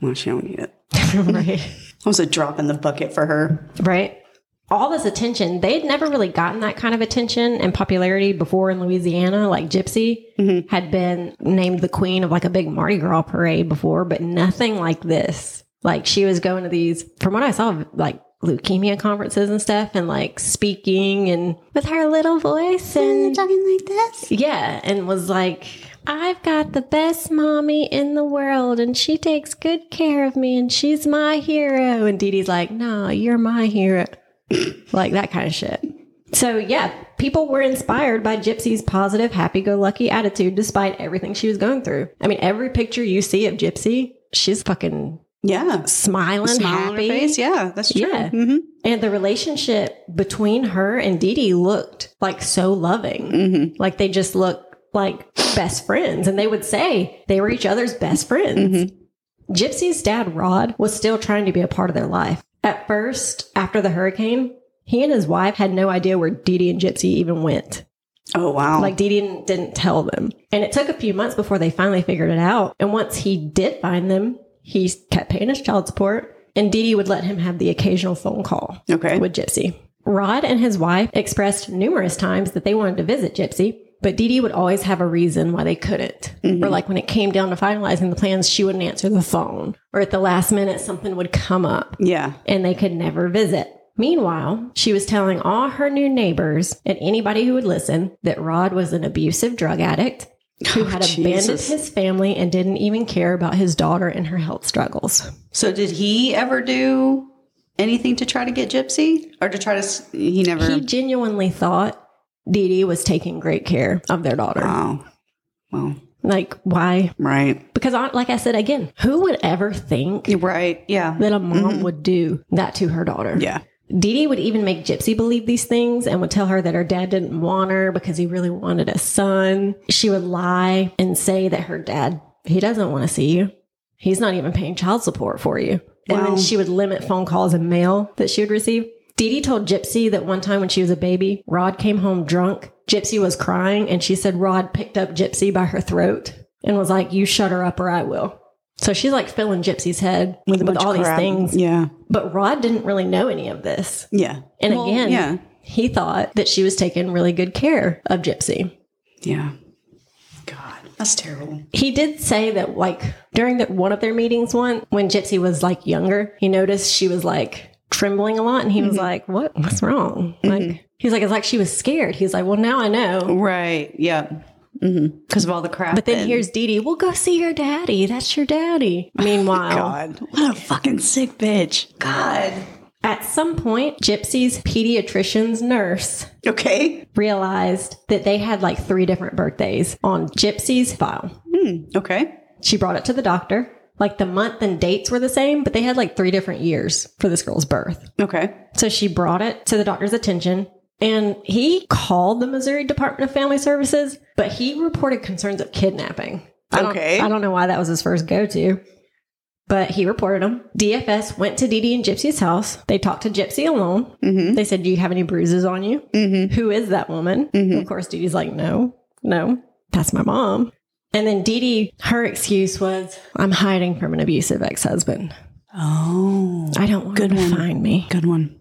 [SPEAKER 2] Well, she don't need it.
[SPEAKER 1] right.
[SPEAKER 2] It was a drop in the bucket for her.
[SPEAKER 1] Right. All this attention, they'd never really gotten that kind of attention and popularity before in Louisiana. Like Gypsy had been named the queen of like a big Mardi Gras parade before, but nothing like this. Like she was going to these, from what I saw, like leukemia conferences and stuff, and like speaking and with her little voice and
[SPEAKER 2] Talking like this.
[SPEAKER 1] yeah, and was like, I've got the best mommy in the world, and she takes good care of me, and she's my hero. And Dee Dee's like, No, you're my hero. like that kind of shit. So, yeah, people were inspired by Gypsy's positive, happy go lucky attitude despite everything she was going through. I mean, every picture you see of Gypsy, she's fucking
[SPEAKER 2] Yeah.
[SPEAKER 1] smiling,
[SPEAKER 2] Smile on her
[SPEAKER 1] happy.
[SPEAKER 2] face. Yeah, that's true.
[SPEAKER 1] Yeah.
[SPEAKER 2] Mhm.
[SPEAKER 1] And the relationship between her and Dee Dee looked like so loving. Like they just looked like best friends. And they would say they were each other's best friends. Gypsy's dad, Rod, was still trying to be a part of their life. At first, after the hurricane, he and his wife had no idea where Dee Dee and Gypsy even went.
[SPEAKER 2] Oh, wow.
[SPEAKER 1] Like Dee Dee didn't, didn't tell them. And it took a few months before they finally figured it out. And once he did find them, he kept paying his child support. And Dee Dee would let him have the occasional phone call
[SPEAKER 2] Okay.
[SPEAKER 1] with Gypsy. Rod and his wife expressed numerous times that they wanted to visit Gypsy, but Dee Dee would always have a reason why they couldn't.
[SPEAKER 2] Mm-hmm.
[SPEAKER 1] Or like when it came down to finalizing the plans, she wouldn't answer the phone. Or at the last minute, something would come up
[SPEAKER 2] yeah.
[SPEAKER 1] and they could never visit. Meanwhile, she was telling all her new neighbors and anybody who would listen that Rod was an abusive drug addict who
[SPEAKER 2] Oh,
[SPEAKER 1] had abandoned
[SPEAKER 2] Jesus.
[SPEAKER 1] his family and didn't even care about his daughter and her health struggles.
[SPEAKER 2] So did he ever do anything to try to get Gypsy or to try to? s- He never.
[SPEAKER 1] He genuinely thought Dee Dee was taking great care of their daughter.
[SPEAKER 2] oh, well,
[SPEAKER 1] Like, why?
[SPEAKER 2] right,
[SPEAKER 1] Because, I, like I said again, who would ever think
[SPEAKER 2] You're right, yeah,
[SPEAKER 1] that a mom would do that to her daughter?
[SPEAKER 2] yeah.
[SPEAKER 1] Dee Dee would even make Gypsy believe these things and would tell her that her dad didn't want her because he really wanted a son. She would lie and say that her dad, he doesn't want to see you. He's not even paying child support for you. And
[SPEAKER 2] Wow.
[SPEAKER 1] then she would limit phone calls and mail that she would receive. Dee Dee told Gypsy that one time when she was a baby, Rod came home drunk. Gypsy was crying and she said Rod picked up Gypsy by her throat and was like, You shut her up or I will. So she's like filling Gypsy's head with, with
[SPEAKER 2] Bunch
[SPEAKER 1] all
[SPEAKER 2] of
[SPEAKER 1] these
[SPEAKER 2] crap.
[SPEAKER 1] things.
[SPEAKER 2] Yeah,
[SPEAKER 1] But Rod didn't really know any of this.
[SPEAKER 2] yeah,
[SPEAKER 1] And
[SPEAKER 2] Well,
[SPEAKER 1] again,
[SPEAKER 2] yeah,
[SPEAKER 1] he thought that she was taking really good care of Gypsy.
[SPEAKER 2] yeah. God, that's terrible.
[SPEAKER 1] He did say that, like, during the, one of their meetings, one when Gypsy was like younger, he noticed she was like trembling a lot, and he was like, "What? What's wrong?" Like, he's like, "It's like she was scared." He's like, "Well, now I know."
[SPEAKER 2] Right, yeah, because of all the crap.
[SPEAKER 1] But then here's Dee Dee. Well, go see your daddy. That's your daddy.
[SPEAKER 2] Oh.
[SPEAKER 1] Meanwhile,
[SPEAKER 2] God, what a fucking sick bitch. God.
[SPEAKER 1] at some point, Gypsy's pediatrician's nurse
[SPEAKER 2] Okay.
[SPEAKER 1] realized that they had like three different birthdays on Gypsy's file.
[SPEAKER 2] Okay.
[SPEAKER 1] She brought it to the doctor. Like the month and dates were the same, but they had like three different years for this girl's birth.
[SPEAKER 2] Okay.
[SPEAKER 1] So she brought it to the doctor's attention and he called the Missouri Department of Family Services, but he reported concerns of kidnapping. I don't-
[SPEAKER 2] Okay.
[SPEAKER 1] I don't know why that was his first go to, but he reported them. DFS went to Dee Dee and Gypsy's house. They talked to Gypsy alone.
[SPEAKER 2] Mm-hmm.
[SPEAKER 1] They said, Do you have any bruises on you?
[SPEAKER 2] Mm-hmm.
[SPEAKER 1] Who is that woman?
[SPEAKER 2] Mhm.
[SPEAKER 1] Of course, Dee Dee's like, no, no, that's my mom. And then Dee Dee, her excuse was, I'm hiding from an abusive ex husband.
[SPEAKER 2] Oh,
[SPEAKER 1] I don't want
[SPEAKER 2] Good
[SPEAKER 1] Good him
[SPEAKER 2] one.
[SPEAKER 1] to find me.
[SPEAKER 2] good one.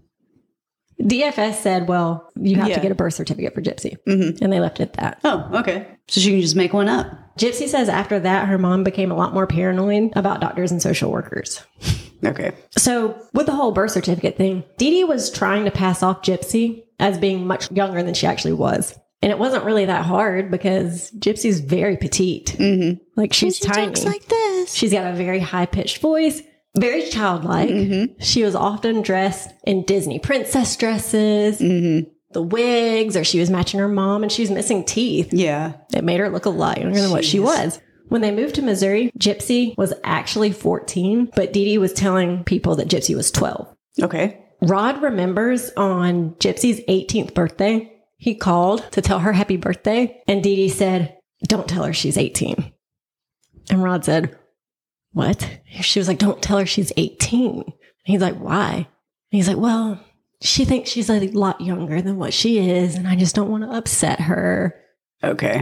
[SPEAKER 1] DFS said, well, you have
[SPEAKER 2] Yeah.
[SPEAKER 1] to get a birth certificate for Gypsy.
[SPEAKER 2] Mhm.
[SPEAKER 1] And they left it at that.
[SPEAKER 2] Oh, okay. So she can just make one up.
[SPEAKER 1] Gypsy says after that, her mom became a lot more paranoid about doctors and social workers.
[SPEAKER 2] Okay.
[SPEAKER 1] So, with the whole birth certificate thing, Dee Dee was trying to pass off Gypsy as being much younger than she actually was. And it wasn't really that hard because Gypsy's very petite.
[SPEAKER 2] Mm-hmm.
[SPEAKER 1] Like she's tiny.
[SPEAKER 2] this.
[SPEAKER 1] She's got a very high pitched voice, very childlike.
[SPEAKER 2] Mm-hmm.
[SPEAKER 1] She was often dressed in Disney princess dresses,
[SPEAKER 2] Mm-hmm.
[SPEAKER 1] the wigs, or she was matching her mom and she was missing teeth.
[SPEAKER 2] Yeah.
[SPEAKER 1] It made her look a lot younger than what she
[SPEAKER 2] Jeez.
[SPEAKER 1] was. When they moved to Missouri, Gypsy was actually 14, but Dee Dee was telling people that Gypsy was 12.
[SPEAKER 2] Okay.
[SPEAKER 1] Rod remembers on Gypsy's 18th birthday, he called to tell her happy birthday, and Dee Dee said, Don't tell her she's 18. And Rod said, What? She was like, Don't tell her she's 18. And he's like, Why? And he's like, Well, she thinks she's a lot younger than what she is, and I just don't want to upset her.
[SPEAKER 2] Okay.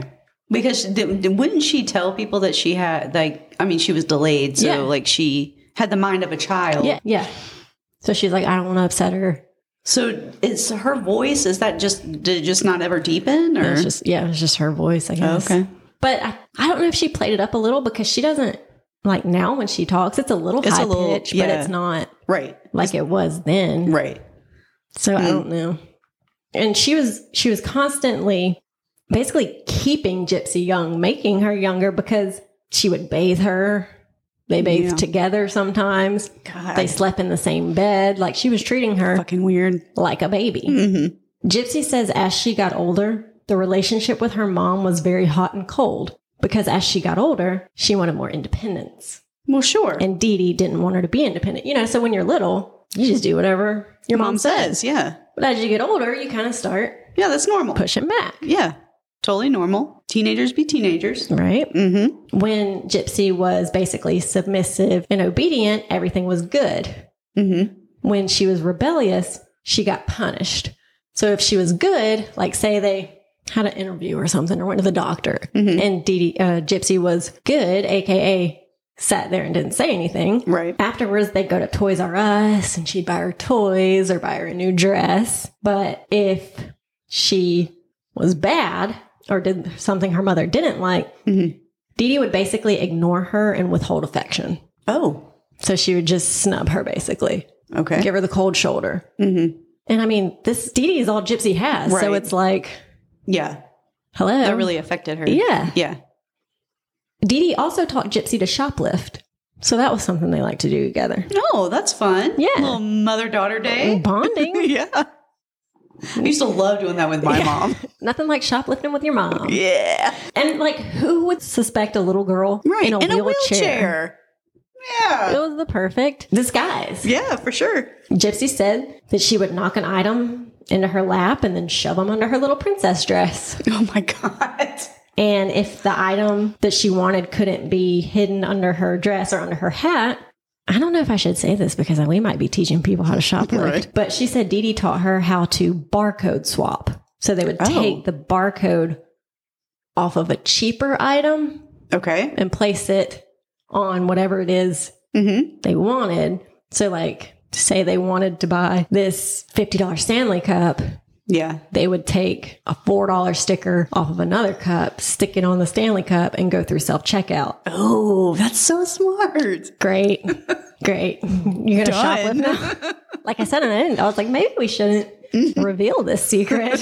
[SPEAKER 2] Because th- th- wouldn't she tell people that she had like I mean she was delayed, so
[SPEAKER 1] Yeah.
[SPEAKER 2] like she had the mind of a child.
[SPEAKER 1] Yeah, yeah. So she's like, I don't want to upset her.
[SPEAKER 2] So is her voice is that just did it just not ever deepen
[SPEAKER 1] It
[SPEAKER 2] or
[SPEAKER 1] was just, yeah, it was just her voice, I guess.
[SPEAKER 2] okay?
[SPEAKER 1] But I, I don't know if she played it up a little because she doesn't like now when she talks, it's a little
[SPEAKER 2] It's a
[SPEAKER 1] high
[SPEAKER 2] little-
[SPEAKER 1] pitch, but
[SPEAKER 2] yeah. Mm-hmm.
[SPEAKER 1] it's not
[SPEAKER 2] Right.
[SPEAKER 1] like it was then.
[SPEAKER 2] Right.
[SPEAKER 1] So I don't know. And she was she was constantly basically keeping Gypsy young, making her younger because she would bathe her. They bathed
[SPEAKER 2] Yeah.
[SPEAKER 1] together sometimes.
[SPEAKER 2] God.
[SPEAKER 1] They slept in the same bed. Like she was treating her
[SPEAKER 2] fucking weird.
[SPEAKER 1] like a baby.
[SPEAKER 2] Mhm.
[SPEAKER 1] Gypsy says as she got older, the relationship with her mom was very hot and cold because as she got older, she wanted more independence.
[SPEAKER 2] Well, sure.
[SPEAKER 1] And Dee Dee didn't want her to be independent. You know, so when you're little, you just do whatever your mom,
[SPEAKER 2] Mom
[SPEAKER 1] says.
[SPEAKER 2] says, yeah.
[SPEAKER 1] But as you get older, you kind of start
[SPEAKER 2] Yeah, that's normal.
[SPEAKER 1] pushing back.
[SPEAKER 2] Yeah. Totally normal. Teenagers be teenagers.
[SPEAKER 1] right? Mm-hmm. When Gypsy was basically submissive and obedient, everything was good.
[SPEAKER 2] Mm-hmm.
[SPEAKER 1] When she was rebellious, she got punished. So if she was good, like say they had an interview or something or went to the doctor and Dee Dee, uh, Gypsy was good, AKA sat there and didn't say anything.
[SPEAKER 2] Right.
[SPEAKER 1] Afterwards, they'd go to Toys R Us and she'd buy her toys or buy her a new dress. But if she was bad or did something her mother didn't like, Dee Dee would basically ignore her and withhold affection.
[SPEAKER 2] Oh,
[SPEAKER 1] So she would just snub her, basically,
[SPEAKER 2] okay.
[SPEAKER 1] give her the cold shoulder. Mm-hmm. And I mean, this Dee Dee is all Gypsy has. So
[SPEAKER 2] Right.
[SPEAKER 1] it's like,
[SPEAKER 2] Yeah.
[SPEAKER 1] hello.
[SPEAKER 2] That really affected her.
[SPEAKER 1] Um, Yeah.
[SPEAKER 2] Yeah.
[SPEAKER 1] Dee Dee also taught Gypsy to shoplift. So that was something they like to do together.
[SPEAKER 2] Oh, that's fun.
[SPEAKER 1] Yeah.
[SPEAKER 2] Little mother daughter day.
[SPEAKER 1] Bonding.
[SPEAKER 2] yeah. I used to love doing that with my mom.
[SPEAKER 1] Nothing like shoplifting with your mom.
[SPEAKER 2] Yeah.
[SPEAKER 1] And like, who would suspect a little girl
[SPEAKER 2] Right.
[SPEAKER 1] in a wheelchair? It
[SPEAKER 2] Yeah.
[SPEAKER 1] was the perfect disguise.
[SPEAKER 2] Yeah, for sure.
[SPEAKER 1] Gypsy said that she would knock an item into her lap and then shove them under her little princess dress.
[SPEAKER 2] Oh my God.
[SPEAKER 1] And if the item that she wanted couldn't be hidden under her dress or under her hat, I don't know if I should say this because we might be teaching people how to shoplift.
[SPEAKER 2] Right.
[SPEAKER 1] But she said Dee Dee taught her how to barcode swap. So they would
[SPEAKER 2] Oh.
[SPEAKER 1] take the barcode off of a cheaper item
[SPEAKER 2] Okay.
[SPEAKER 1] and place it on whatever it is
[SPEAKER 2] Mm-hmm.
[SPEAKER 1] they wanted. So, like, say they wanted to buy this $50 Stanley cup,
[SPEAKER 2] Yeah.
[SPEAKER 1] they would take a $4 sticker off of another cup, stick it on the Stanley cup, and go through self checkout.
[SPEAKER 2] Oh, that's so smart.
[SPEAKER 1] Great. Great. You're going to shop with
[SPEAKER 2] Done. Mm-hmm.
[SPEAKER 1] now? Like I said, and I didn't. I was like, maybe we shouldn't reveal this secret.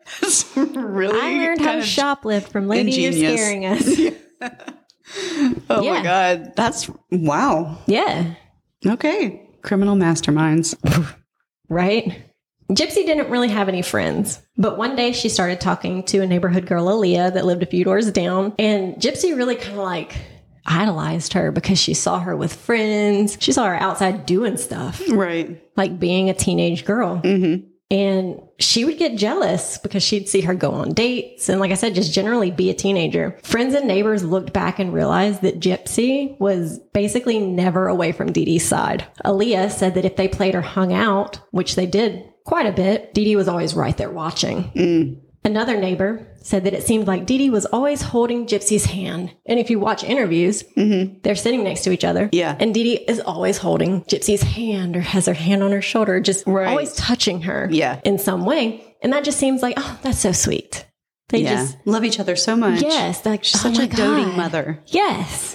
[SPEAKER 2] That's really
[SPEAKER 1] I learned how to
[SPEAKER 2] kind of-
[SPEAKER 1] shoplift from Lady You're
[SPEAKER 2] ingenious.
[SPEAKER 1] Scaring Us.
[SPEAKER 2] Oh
[SPEAKER 1] yeah.
[SPEAKER 2] my God. That's wow.
[SPEAKER 1] Yeah.
[SPEAKER 2] Okay. Criminal masterminds.
[SPEAKER 1] right? Gypsy didn't really have any friends, but one day she started talking to a neighborhood girl, Aaliyah, that lived a few doors down. And Gypsy really kind of like idolized her because she saw her with friends. She saw her outside doing stuff,
[SPEAKER 2] Right.
[SPEAKER 1] like being a teenage girl. And she would get jealous because she'd see her go on dates and, like I said, just generally be a teenager. Friends and neighbors looked back and realized that Gypsy was basically never away from Dee Dee's side. Aaliyah said that if they played or hung out, which they did quite a bit, Dee Dee was always right there watching. Another neighbor said that it seemed like Dee Dee was always holding Gypsy's hand. And if you watch interviews, they're sitting next to each other.
[SPEAKER 2] Yeah.
[SPEAKER 1] And Dee Dee is always holding Gypsy's hand or has her hand on her shoulder, just
[SPEAKER 2] Right.
[SPEAKER 1] always touching her
[SPEAKER 2] Yeah.
[SPEAKER 1] in some way. And that just seems like, oh, that's so sweet. They
[SPEAKER 2] yeah.
[SPEAKER 1] just,
[SPEAKER 2] Love each other so much.
[SPEAKER 1] yes, like, oh
[SPEAKER 2] Such
[SPEAKER 1] my
[SPEAKER 2] a doting
[SPEAKER 1] God.
[SPEAKER 2] mother.
[SPEAKER 1] Yes.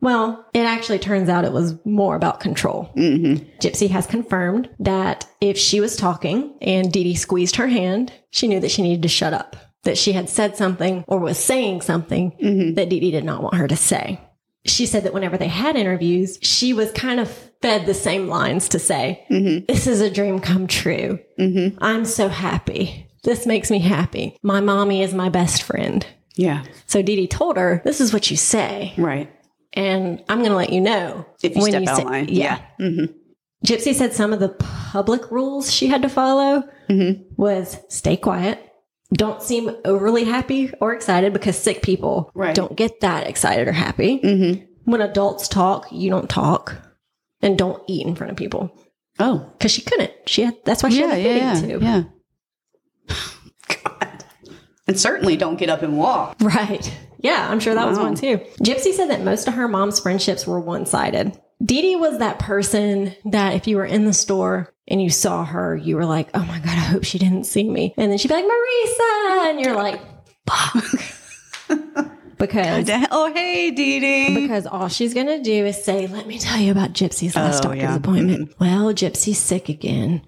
[SPEAKER 1] Well, it actually turns out it was more about control.
[SPEAKER 2] Mm-hmm.
[SPEAKER 1] Gypsy has confirmed that if she was talking and Dee Dee squeezed her hand, she knew that she needed to shut up, that she had said something or was saying something that Dee Dee did not want her to say. She said that whenever they had interviews, she was kind of fed the same lines to say, This is a dream come true. I'm so happy. This makes me happy. My mommy is my best friend.
[SPEAKER 2] Yeah.
[SPEAKER 1] So Dee Dee told her, This is what you say
[SPEAKER 2] Right.
[SPEAKER 1] and I'm going to let you know
[SPEAKER 2] If you step out
[SPEAKER 1] say-
[SPEAKER 2] line. Mm-hmm.
[SPEAKER 1] Yeah. Gypsy said some of the public rules she had to follow
[SPEAKER 2] Mm-hmm.
[SPEAKER 1] was stay quiet, don't seem overly happy or excited because sick people
[SPEAKER 2] Right. Mm-hmm.
[SPEAKER 1] don't get that excited or happy. When adults talk, you don't talk, and don't eat in front of people
[SPEAKER 2] Oh.
[SPEAKER 1] because she couldn't. She had that's why she
[SPEAKER 2] Yeah.
[SPEAKER 1] had the
[SPEAKER 2] Yeah.
[SPEAKER 1] feeding
[SPEAKER 2] Yeah.
[SPEAKER 1] tube.
[SPEAKER 2] yeah. God. And certainly don't get up and walk.
[SPEAKER 1] Right. Yeah, I'm sure that was
[SPEAKER 2] Wow.
[SPEAKER 1] one too. Gypsy said that most of her mom's friendships were one sided. Dee Dee was that person that if you were in the store and you saw her, you were like, oh my God, I hope she didn't see me. And then she'd be like, Marisa. And you're like, fuck. because.
[SPEAKER 2] Oh, hey, Dee Dee.
[SPEAKER 1] Because all she's going to do is say, Let me tell you about Gypsy's last
[SPEAKER 2] Oh,
[SPEAKER 1] doctor's
[SPEAKER 2] yeah. Mm-hmm.
[SPEAKER 1] appointment. Well, Gypsy's sick again.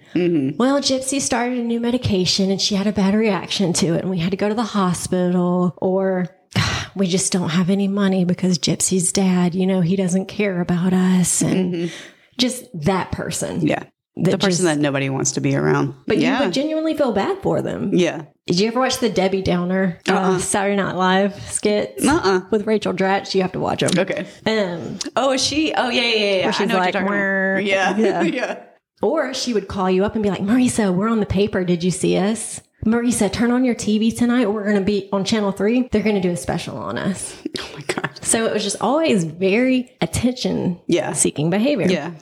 [SPEAKER 1] Well, Gypsy started a new medication and she had a bad reaction to it, and we had to go to the hospital, or "Ah, we just don't have any money because Gypsy's dad, you know, he doesn't care about us. And just that person.
[SPEAKER 2] Yeah. Mm-hmm. The
[SPEAKER 1] That
[SPEAKER 2] person
[SPEAKER 1] just-
[SPEAKER 2] that nobody wants to be around.
[SPEAKER 1] But
[SPEAKER 2] yeah.
[SPEAKER 1] you would genuinely feel bad for them.
[SPEAKER 2] yeah.
[SPEAKER 1] Did you ever watch the Debbie Downer uh, Saturday Night Live skits
[SPEAKER 2] Uh-uh.
[SPEAKER 1] with Rachel Dratch? You have to watch them.
[SPEAKER 2] Okay.
[SPEAKER 1] Um,
[SPEAKER 2] Oh, is she? Oh, yeah, yeah, yeah. yeah.
[SPEAKER 1] she's
[SPEAKER 2] I know
[SPEAKER 1] like,
[SPEAKER 2] what you're talking about.
[SPEAKER 1] "Wah."
[SPEAKER 2] Yeah. yeah.
[SPEAKER 1] Or she would call you up and be like, Marisa, we're on the paper. Did you see us? Marisa, turn on your TV tonight. We're going to be on channel three. They're going to do a special on us.
[SPEAKER 2] Oh my God.
[SPEAKER 1] So it was just always very attention
[SPEAKER 2] Yeah.
[SPEAKER 1] seeking behavior.
[SPEAKER 2] Yeah.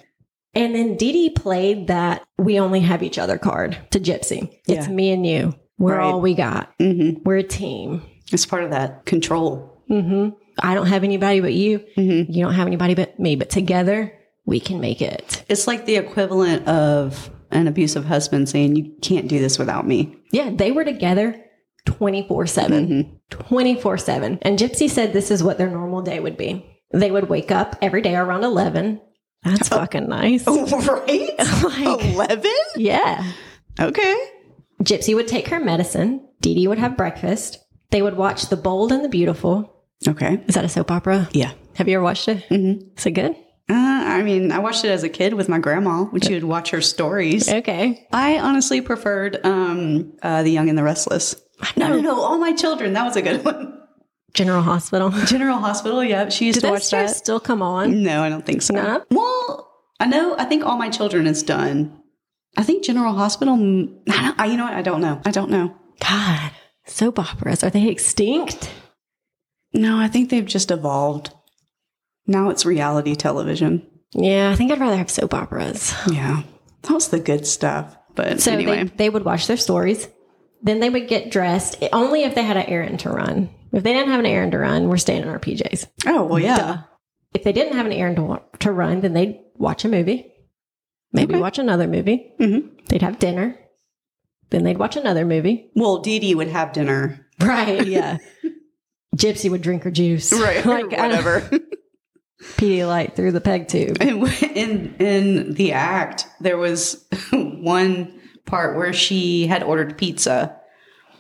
[SPEAKER 1] And then Dee Dee played that we only have each other card to Gypsy. It's
[SPEAKER 2] Yeah.
[SPEAKER 1] me and you. We're
[SPEAKER 2] Right.
[SPEAKER 1] all we got.
[SPEAKER 2] hmm
[SPEAKER 1] We're a team.
[SPEAKER 2] It's part of that control.
[SPEAKER 1] hmm I don't have anybody but you.
[SPEAKER 2] hmm
[SPEAKER 1] You don't have anybody but me. But together, we can make it.
[SPEAKER 2] It's like the equivalent of an abusive husband saying, You can't do this without me.
[SPEAKER 1] Yeah, they were together 24 7. 24 7. And Gypsy said this is what their normal day would be. They would wake up every day around Oh. 11. That's fucking nice.
[SPEAKER 2] Right?
[SPEAKER 1] Like-
[SPEAKER 2] 11?
[SPEAKER 1] Yeah.
[SPEAKER 2] Okay.
[SPEAKER 1] Gypsy would take her medicine. Dee Dee would have breakfast. They would watch The Bold and the Beautiful.
[SPEAKER 2] Okay.
[SPEAKER 1] Is that a soap opera?
[SPEAKER 2] Yeah.
[SPEAKER 1] Have you ever watched it? Mm-hmm. Is it good?
[SPEAKER 2] Uh, I mean, I watched it as a kid with my grandma when she would watch her stories.
[SPEAKER 1] Okay.
[SPEAKER 2] I honestly preferred um, uh, The Young and the Restless. No, no, no. All my children. That was a good one.
[SPEAKER 1] General Hospital.
[SPEAKER 2] General Hospital. Yep. She used
[SPEAKER 1] Did
[SPEAKER 2] to
[SPEAKER 1] that
[SPEAKER 2] watch
[SPEAKER 1] show
[SPEAKER 2] that.
[SPEAKER 1] still come on?
[SPEAKER 2] No, I don't think so.
[SPEAKER 1] No?
[SPEAKER 2] Well, I know. I think all my children is done. I think General Hospital. mm, I don't, I, you know what? I don't know. I don't know.
[SPEAKER 1] God, soap operas. Are they extinct?
[SPEAKER 2] No, I think they've just evolved. Now it's reality television.
[SPEAKER 1] Yeah, I think I'd rather have soap operas.
[SPEAKER 2] Yeah, that was the good stuff. But
[SPEAKER 1] So
[SPEAKER 2] anyway,
[SPEAKER 1] they, they would watch their stories. Then they would get dressed i- only if they had an errand to run. If they didn't have an errand to run, we're staying in our PJs.
[SPEAKER 2] oh well, yeah,
[SPEAKER 1] If they didn't have an errand to, wa- to run, then they'd watch a movie, maybe
[SPEAKER 2] Okay.
[SPEAKER 1] watch another movie.
[SPEAKER 2] Mhm.
[SPEAKER 1] They'd have dinner. Then they'd watch another movie.
[SPEAKER 2] Well, Dee Dee would have dinner,
[SPEAKER 1] Right. Yeah. Gypsy would drink her juice.
[SPEAKER 2] Like uh,
[SPEAKER 1] like I don't-
[SPEAKER 2] whatever.
[SPEAKER 1] Pedialyte through the peg tube.
[SPEAKER 2] And w- in in the act, there was one part where she had ordered pizza,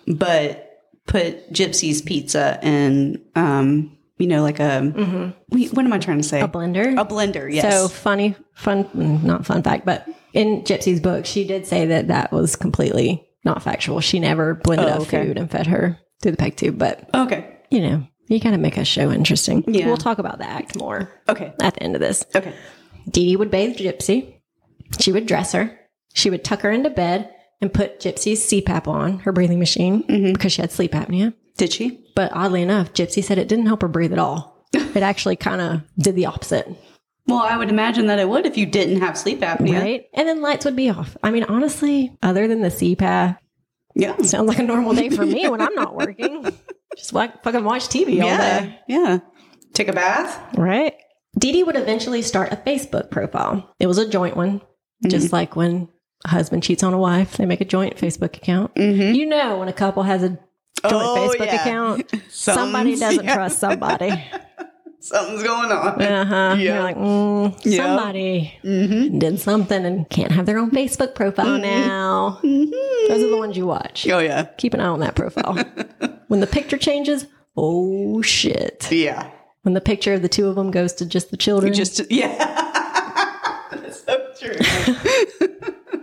[SPEAKER 2] but put Gypsy's pizza in, um, you know, like a we- what am I trying to say?
[SPEAKER 1] Mm-hmm. A blender.
[SPEAKER 2] A blender, yes.
[SPEAKER 1] So funny, fun, mm, not fun fact, but in Gypsy's book, she did say that that was completely not factual. She never blended
[SPEAKER 2] Oh,
[SPEAKER 1] up
[SPEAKER 2] okay.
[SPEAKER 1] food and fed her through the peg tube. But
[SPEAKER 2] okay,
[SPEAKER 1] you know, you gotta make a show interesting.
[SPEAKER 2] Yeah.
[SPEAKER 1] We'll talk about the act more
[SPEAKER 2] okay,
[SPEAKER 1] at the end of this.
[SPEAKER 2] okay.
[SPEAKER 1] Dee Dee would bathe Gypsy. She would dress her. She would tuck her into bed and put Gypsy's CPAP on her breathing machine
[SPEAKER 2] Mm-hmm.
[SPEAKER 1] because she had sleep apnea.
[SPEAKER 2] Did she?
[SPEAKER 1] But oddly enough, Gypsy said it didn't help her breathe at all. It actually kind of did the opposite.
[SPEAKER 2] Well, I would imagine that it would if you didn't have sleep apnea.
[SPEAKER 1] right? And then lights would be off. I mean, honestly, other than the CPAP,
[SPEAKER 2] Yeah.
[SPEAKER 1] sounds like a normal day for me when I'm not working. Just like fucking watch TV all
[SPEAKER 2] Yeah.
[SPEAKER 1] day,
[SPEAKER 2] Yeah. Take a bath.
[SPEAKER 1] right? Dee Dee would eventually start a Facebook profile. It was a joint one, just like when a husband cheats on a wife, they make a joint Facebook account.
[SPEAKER 2] Mm-hmm.
[SPEAKER 1] You know, when a couple has a joint
[SPEAKER 2] Oh,
[SPEAKER 1] Facebook
[SPEAKER 2] yeah.
[SPEAKER 1] account, somebody doesn't trust somebody.
[SPEAKER 2] Something's going on.
[SPEAKER 1] Uh huh.
[SPEAKER 2] Yeah.
[SPEAKER 1] You're like, mm,
[SPEAKER 2] Yeah.
[SPEAKER 1] somebody
[SPEAKER 2] Mm-hmm.
[SPEAKER 1] did something and can't have their own Facebook profile now.
[SPEAKER 2] Mm-hmm.
[SPEAKER 1] Those are the ones you watch.
[SPEAKER 2] Oh yeah.
[SPEAKER 1] keep an eye on that profile. when the picture changes, oh shit.
[SPEAKER 2] Yeah.
[SPEAKER 1] When the picture of the two of them goes to just the children,
[SPEAKER 2] Just yeah. That's so true.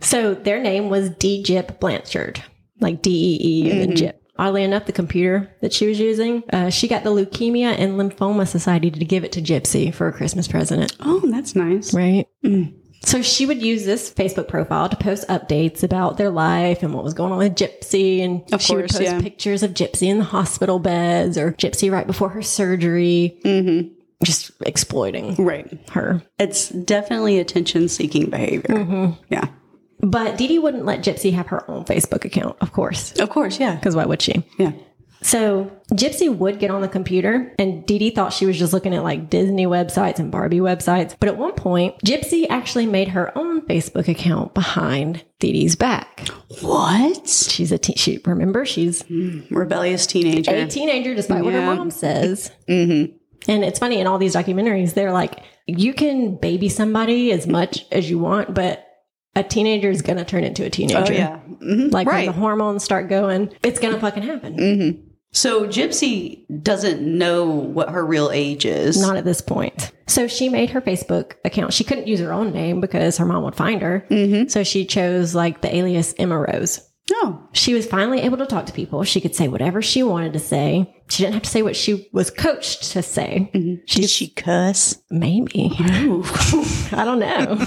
[SPEAKER 1] so their name was D Jip Blanchard, like D E E and
[SPEAKER 2] Mm-hmm.
[SPEAKER 1] then Jip. Oddly enough, the computer that she was using, uh, she got the Leukemia and Lymphoma Society to give it to Gypsy for a Christmas present.
[SPEAKER 2] Oh, that's nice.
[SPEAKER 1] Right.
[SPEAKER 2] Mm.
[SPEAKER 1] So she would use this Facebook profile to post updates about their life and what was going on with Gypsy. And
[SPEAKER 2] Of
[SPEAKER 1] she
[SPEAKER 2] course,
[SPEAKER 1] would post
[SPEAKER 2] yeah.
[SPEAKER 1] pictures of Gypsy in the hospital beds or Gypsy right before her surgery,
[SPEAKER 2] Mm-hmm.
[SPEAKER 1] just exploiting
[SPEAKER 2] Right.
[SPEAKER 1] her.
[SPEAKER 2] It's definitely attention seeking behavior. Yeah.
[SPEAKER 1] But Dee Dee wouldn't let Gypsy have her own Facebook account, of course,
[SPEAKER 2] Of course. Yeah.
[SPEAKER 1] because why would she?
[SPEAKER 2] Yeah.
[SPEAKER 1] So Gypsy would get on the computer, and Dee Dee thought she was just looking at like Disney websites and Barbie websites. But at one point, Gypsy actually made her own Facebook account behind Dee Dee's back.
[SPEAKER 2] What?
[SPEAKER 1] She's a teen. She remember she's
[SPEAKER 2] Rebellious teenager.
[SPEAKER 1] a teenager, despite what her
[SPEAKER 2] Yeah.
[SPEAKER 1] mom says. Mm-hmm. And it's funny in all these documentaries, they're like, you can baby somebody as much as you want, but a teenager is gonna turn into a teenager.
[SPEAKER 2] Oh yeah. hmm
[SPEAKER 1] Like
[SPEAKER 2] Right.
[SPEAKER 1] when
[SPEAKER 2] Mm-hmm.
[SPEAKER 1] the hormones start going, it's gonna fucking happen.
[SPEAKER 2] So Gypsy doesn't know what her real age is.
[SPEAKER 1] Not at this point. So she made her Facebook account. She couldn't use her own name because her mom would find her.
[SPEAKER 2] Mm-hmm.
[SPEAKER 1] So she chose like the alias Emma Rose.
[SPEAKER 2] no.
[SPEAKER 1] She was finally able to talk to people. She could say whatever she wanted to say. She didn't have to say what she was coached to say.
[SPEAKER 2] Did she cuss?
[SPEAKER 1] Maybe. I don't know.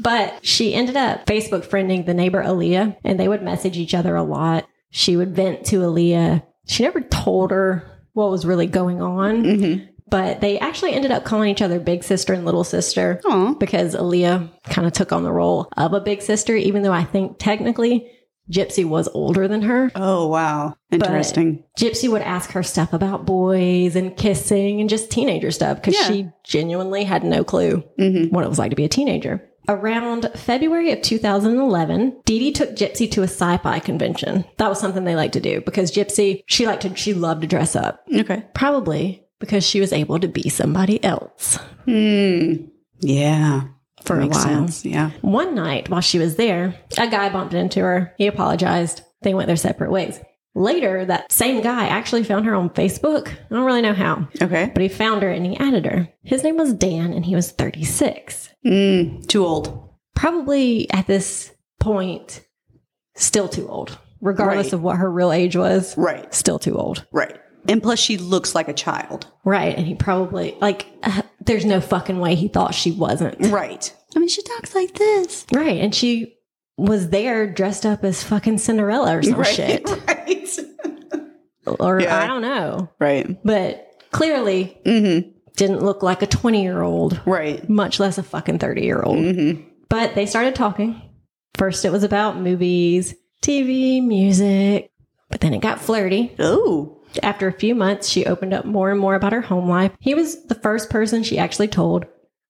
[SPEAKER 1] But she ended up Facebook friending the neighbor Aaliyah, and they would message each other a lot. She would vent to Aaliyah. She never told her what was really going on, but they actually ended up calling each other big sister and little sister
[SPEAKER 2] Aw.
[SPEAKER 1] because Aaliyah kind of took on the role of a big sister, even though I think technically Gypsy was older than her.
[SPEAKER 2] Oh, wow. Interesting.
[SPEAKER 1] Gypsy would ask her stuff about boys and kissing and just teenager stuff because
[SPEAKER 2] Yeah. Mm-hmm.
[SPEAKER 1] she genuinely had no clue what it was like to be a teenager. Around February of 2011, Dee Dee took Gypsy to a sci-fi convention. That was something they liked to do because Gypsy, she liked to, she loved to dress up.
[SPEAKER 2] Okay.
[SPEAKER 1] Probably because she was able to be somebody else.
[SPEAKER 2] Yeah.
[SPEAKER 1] For a
[SPEAKER 2] Makes
[SPEAKER 1] while.
[SPEAKER 2] sense. Yeah.
[SPEAKER 1] One night while she was there, a guy bumped into her. He apologized. They went their separate ways. Later, that same guy actually found her on Facebook. I don't really know how,
[SPEAKER 2] Okay.
[SPEAKER 1] but he found her and he added her. His name was Dan and he was 36.
[SPEAKER 2] Mm, too old.
[SPEAKER 1] Probably at this point, still too old, regardless
[SPEAKER 2] Right.
[SPEAKER 1] of what her real age was.
[SPEAKER 2] Right.
[SPEAKER 1] Still too old.
[SPEAKER 2] Right. And plus, she looks like a child.
[SPEAKER 1] Right. And he probably, like, uh, there's no fucking way he thought she wasn't.
[SPEAKER 2] Right. I mean, she talks like this.
[SPEAKER 1] Right. And she was there dressed up as fucking Cinderella or some
[SPEAKER 2] Right.
[SPEAKER 1] shit.
[SPEAKER 2] Right.
[SPEAKER 1] Or
[SPEAKER 2] Yeah.
[SPEAKER 1] I don't know.
[SPEAKER 2] right.
[SPEAKER 1] But clearly didn't look like a 20 year old,
[SPEAKER 2] Right.
[SPEAKER 1] much less a fucking 30 year old. But they started talking. First, it was about movies, TV, music. But then it got flirty.
[SPEAKER 2] Oh.
[SPEAKER 1] After a few months, she opened up more and more about her home life. He was the first person she actually told